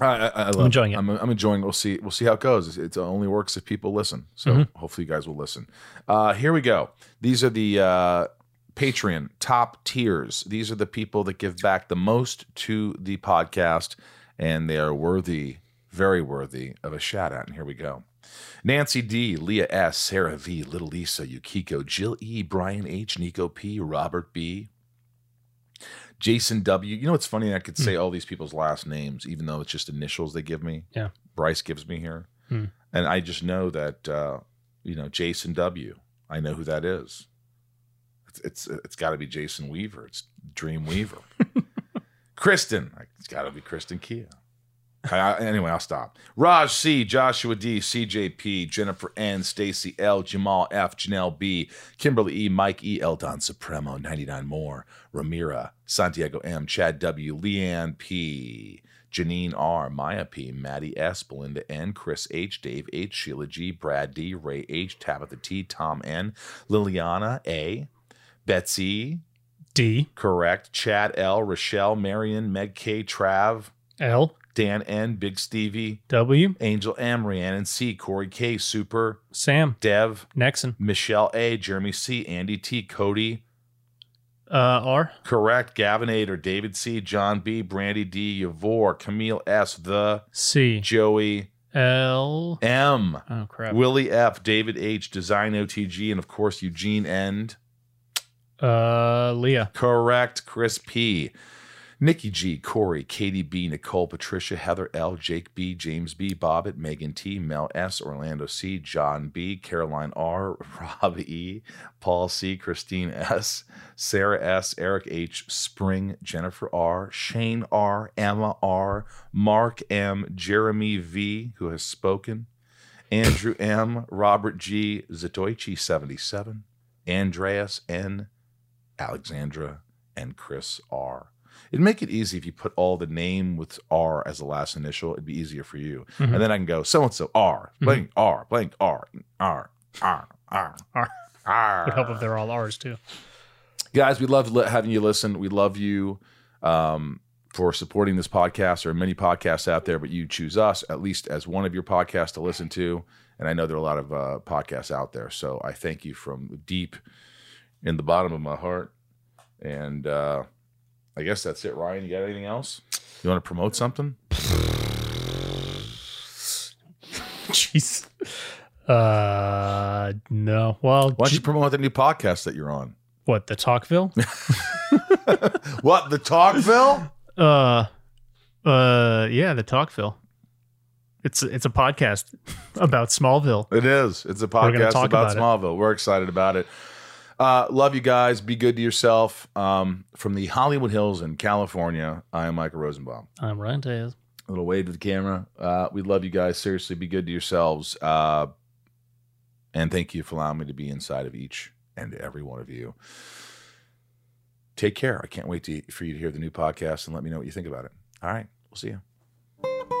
I, I, I love enjoying it. I'm, I'm enjoying. We'll see. We'll see how it goes. It only works if people listen. So Mm-hmm. hopefully you guys will listen. Uh, here we go. These are the uh, Patreon top tiers. These are the people that give back the most to the podcast, and they are worthy, very worthy of a shout out. And here we go. Nancy D, Leah S, Sarah V, Little Lisa, Yukiko, Jill E, Brian H, Nico P, Robert B, Jason W. You know what's funny? I could Hmm. say all these people's last names, even though it's just initials they give me. Yeah. Bryce gives me here. Hmm. And I just know that, uh, you know, Jason W. I know who that is. It's it's, it's got to be Jason *laughs* Weaver. It's Dream Weaver. Kristen. It's got to be Kristen Kia. I, I- anyway, I'll stop. Raj C, Joshua D, CJP, Jennifer N, Stacy L, Jamal F, Janelle B, Kimberly E, Mike E, El Don Supremo, 99 more, Ramira, Santiago M, Chad W, Leanne P, Janine R, Maya P, Maddie S, Belinda N, Chris H, Dave H, Sheila G, Brad D, Ray H, Tabitha T, Tom N, Liliana A, Betsy, D correct, Chad L, Rochelle, Marion, Meg K, Trav, L Dan N, Big Stevie, W Angel M, Rhiannon C, Corey K, Super, Sam Dev, Nexon Michelle A, Jeremy C, Andy T, Cody, uh, R correct, Gavin Ader, David C, John B, Brandy D, Yavor, Camille S, The, C Joey L. M, Oh crap. Willie F, David H, Design OTG, and of course Eugene End, Uh, Leah correct, Chris P. Nikki G, Corey, Katie B, Nicole, Patricia, Heather L, Jake B, James B, Bobbitt, Megan T, Mel S, Orlando C, John B, Caroline R, *laughs* Rob E, Paul C, Christine S, Sarah S, Eric H, Spring, Jennifer R, Shane R, Emma R, Mark M, Jeremy V, who has spoken, *coughs* Andrew M, Robert G, Zatoichi 77, Andreas N, Alexandra, and Chris R. It'd make it easy if you put all the name with R as the last initial. It'd be easier for you. Mhm. And then I can go so and so R, Mm-hmm. blank R, blank R, R, R, R, R. R. would help if they're all R's too. Guys, we love li- having you listen. *laughs* We love you um, for supporting this podcast. There are many podcasts out there, but you choose us at least as one of your podcasts to listen to. And I know there are a lot of uh, podcasts out there. So I thank you from deep in the bottom of my heart. And uh, I guess that's it, Ryan. You got anything else? You want to promote something? *laughs* Jeez. Uh, no. Well, Why don't j- you promote the new podcast that you're on? what the *laughs* Talkville? What, the Talkville? uh, uh, yeah, the Talkville. It's it's a podcast about Smallville. *laughs* It is. It's a gonna podcast talk about, about it. Smallville. We're excited about it. Uh, love you guys. Be good to yourself. Um, from the Hollywood Hills in California, I am Michael Rosenbaum. I'm Ryan Diaz. A little wave to the camera. Uh, we love you guys. Seriously, be good to yourselves. Uh, and thank you for allowing me to be inside of each and every one of you. Take care. I can't wait to, for you to hear the new podcast and let me know what you think about it. All right. We'll see you.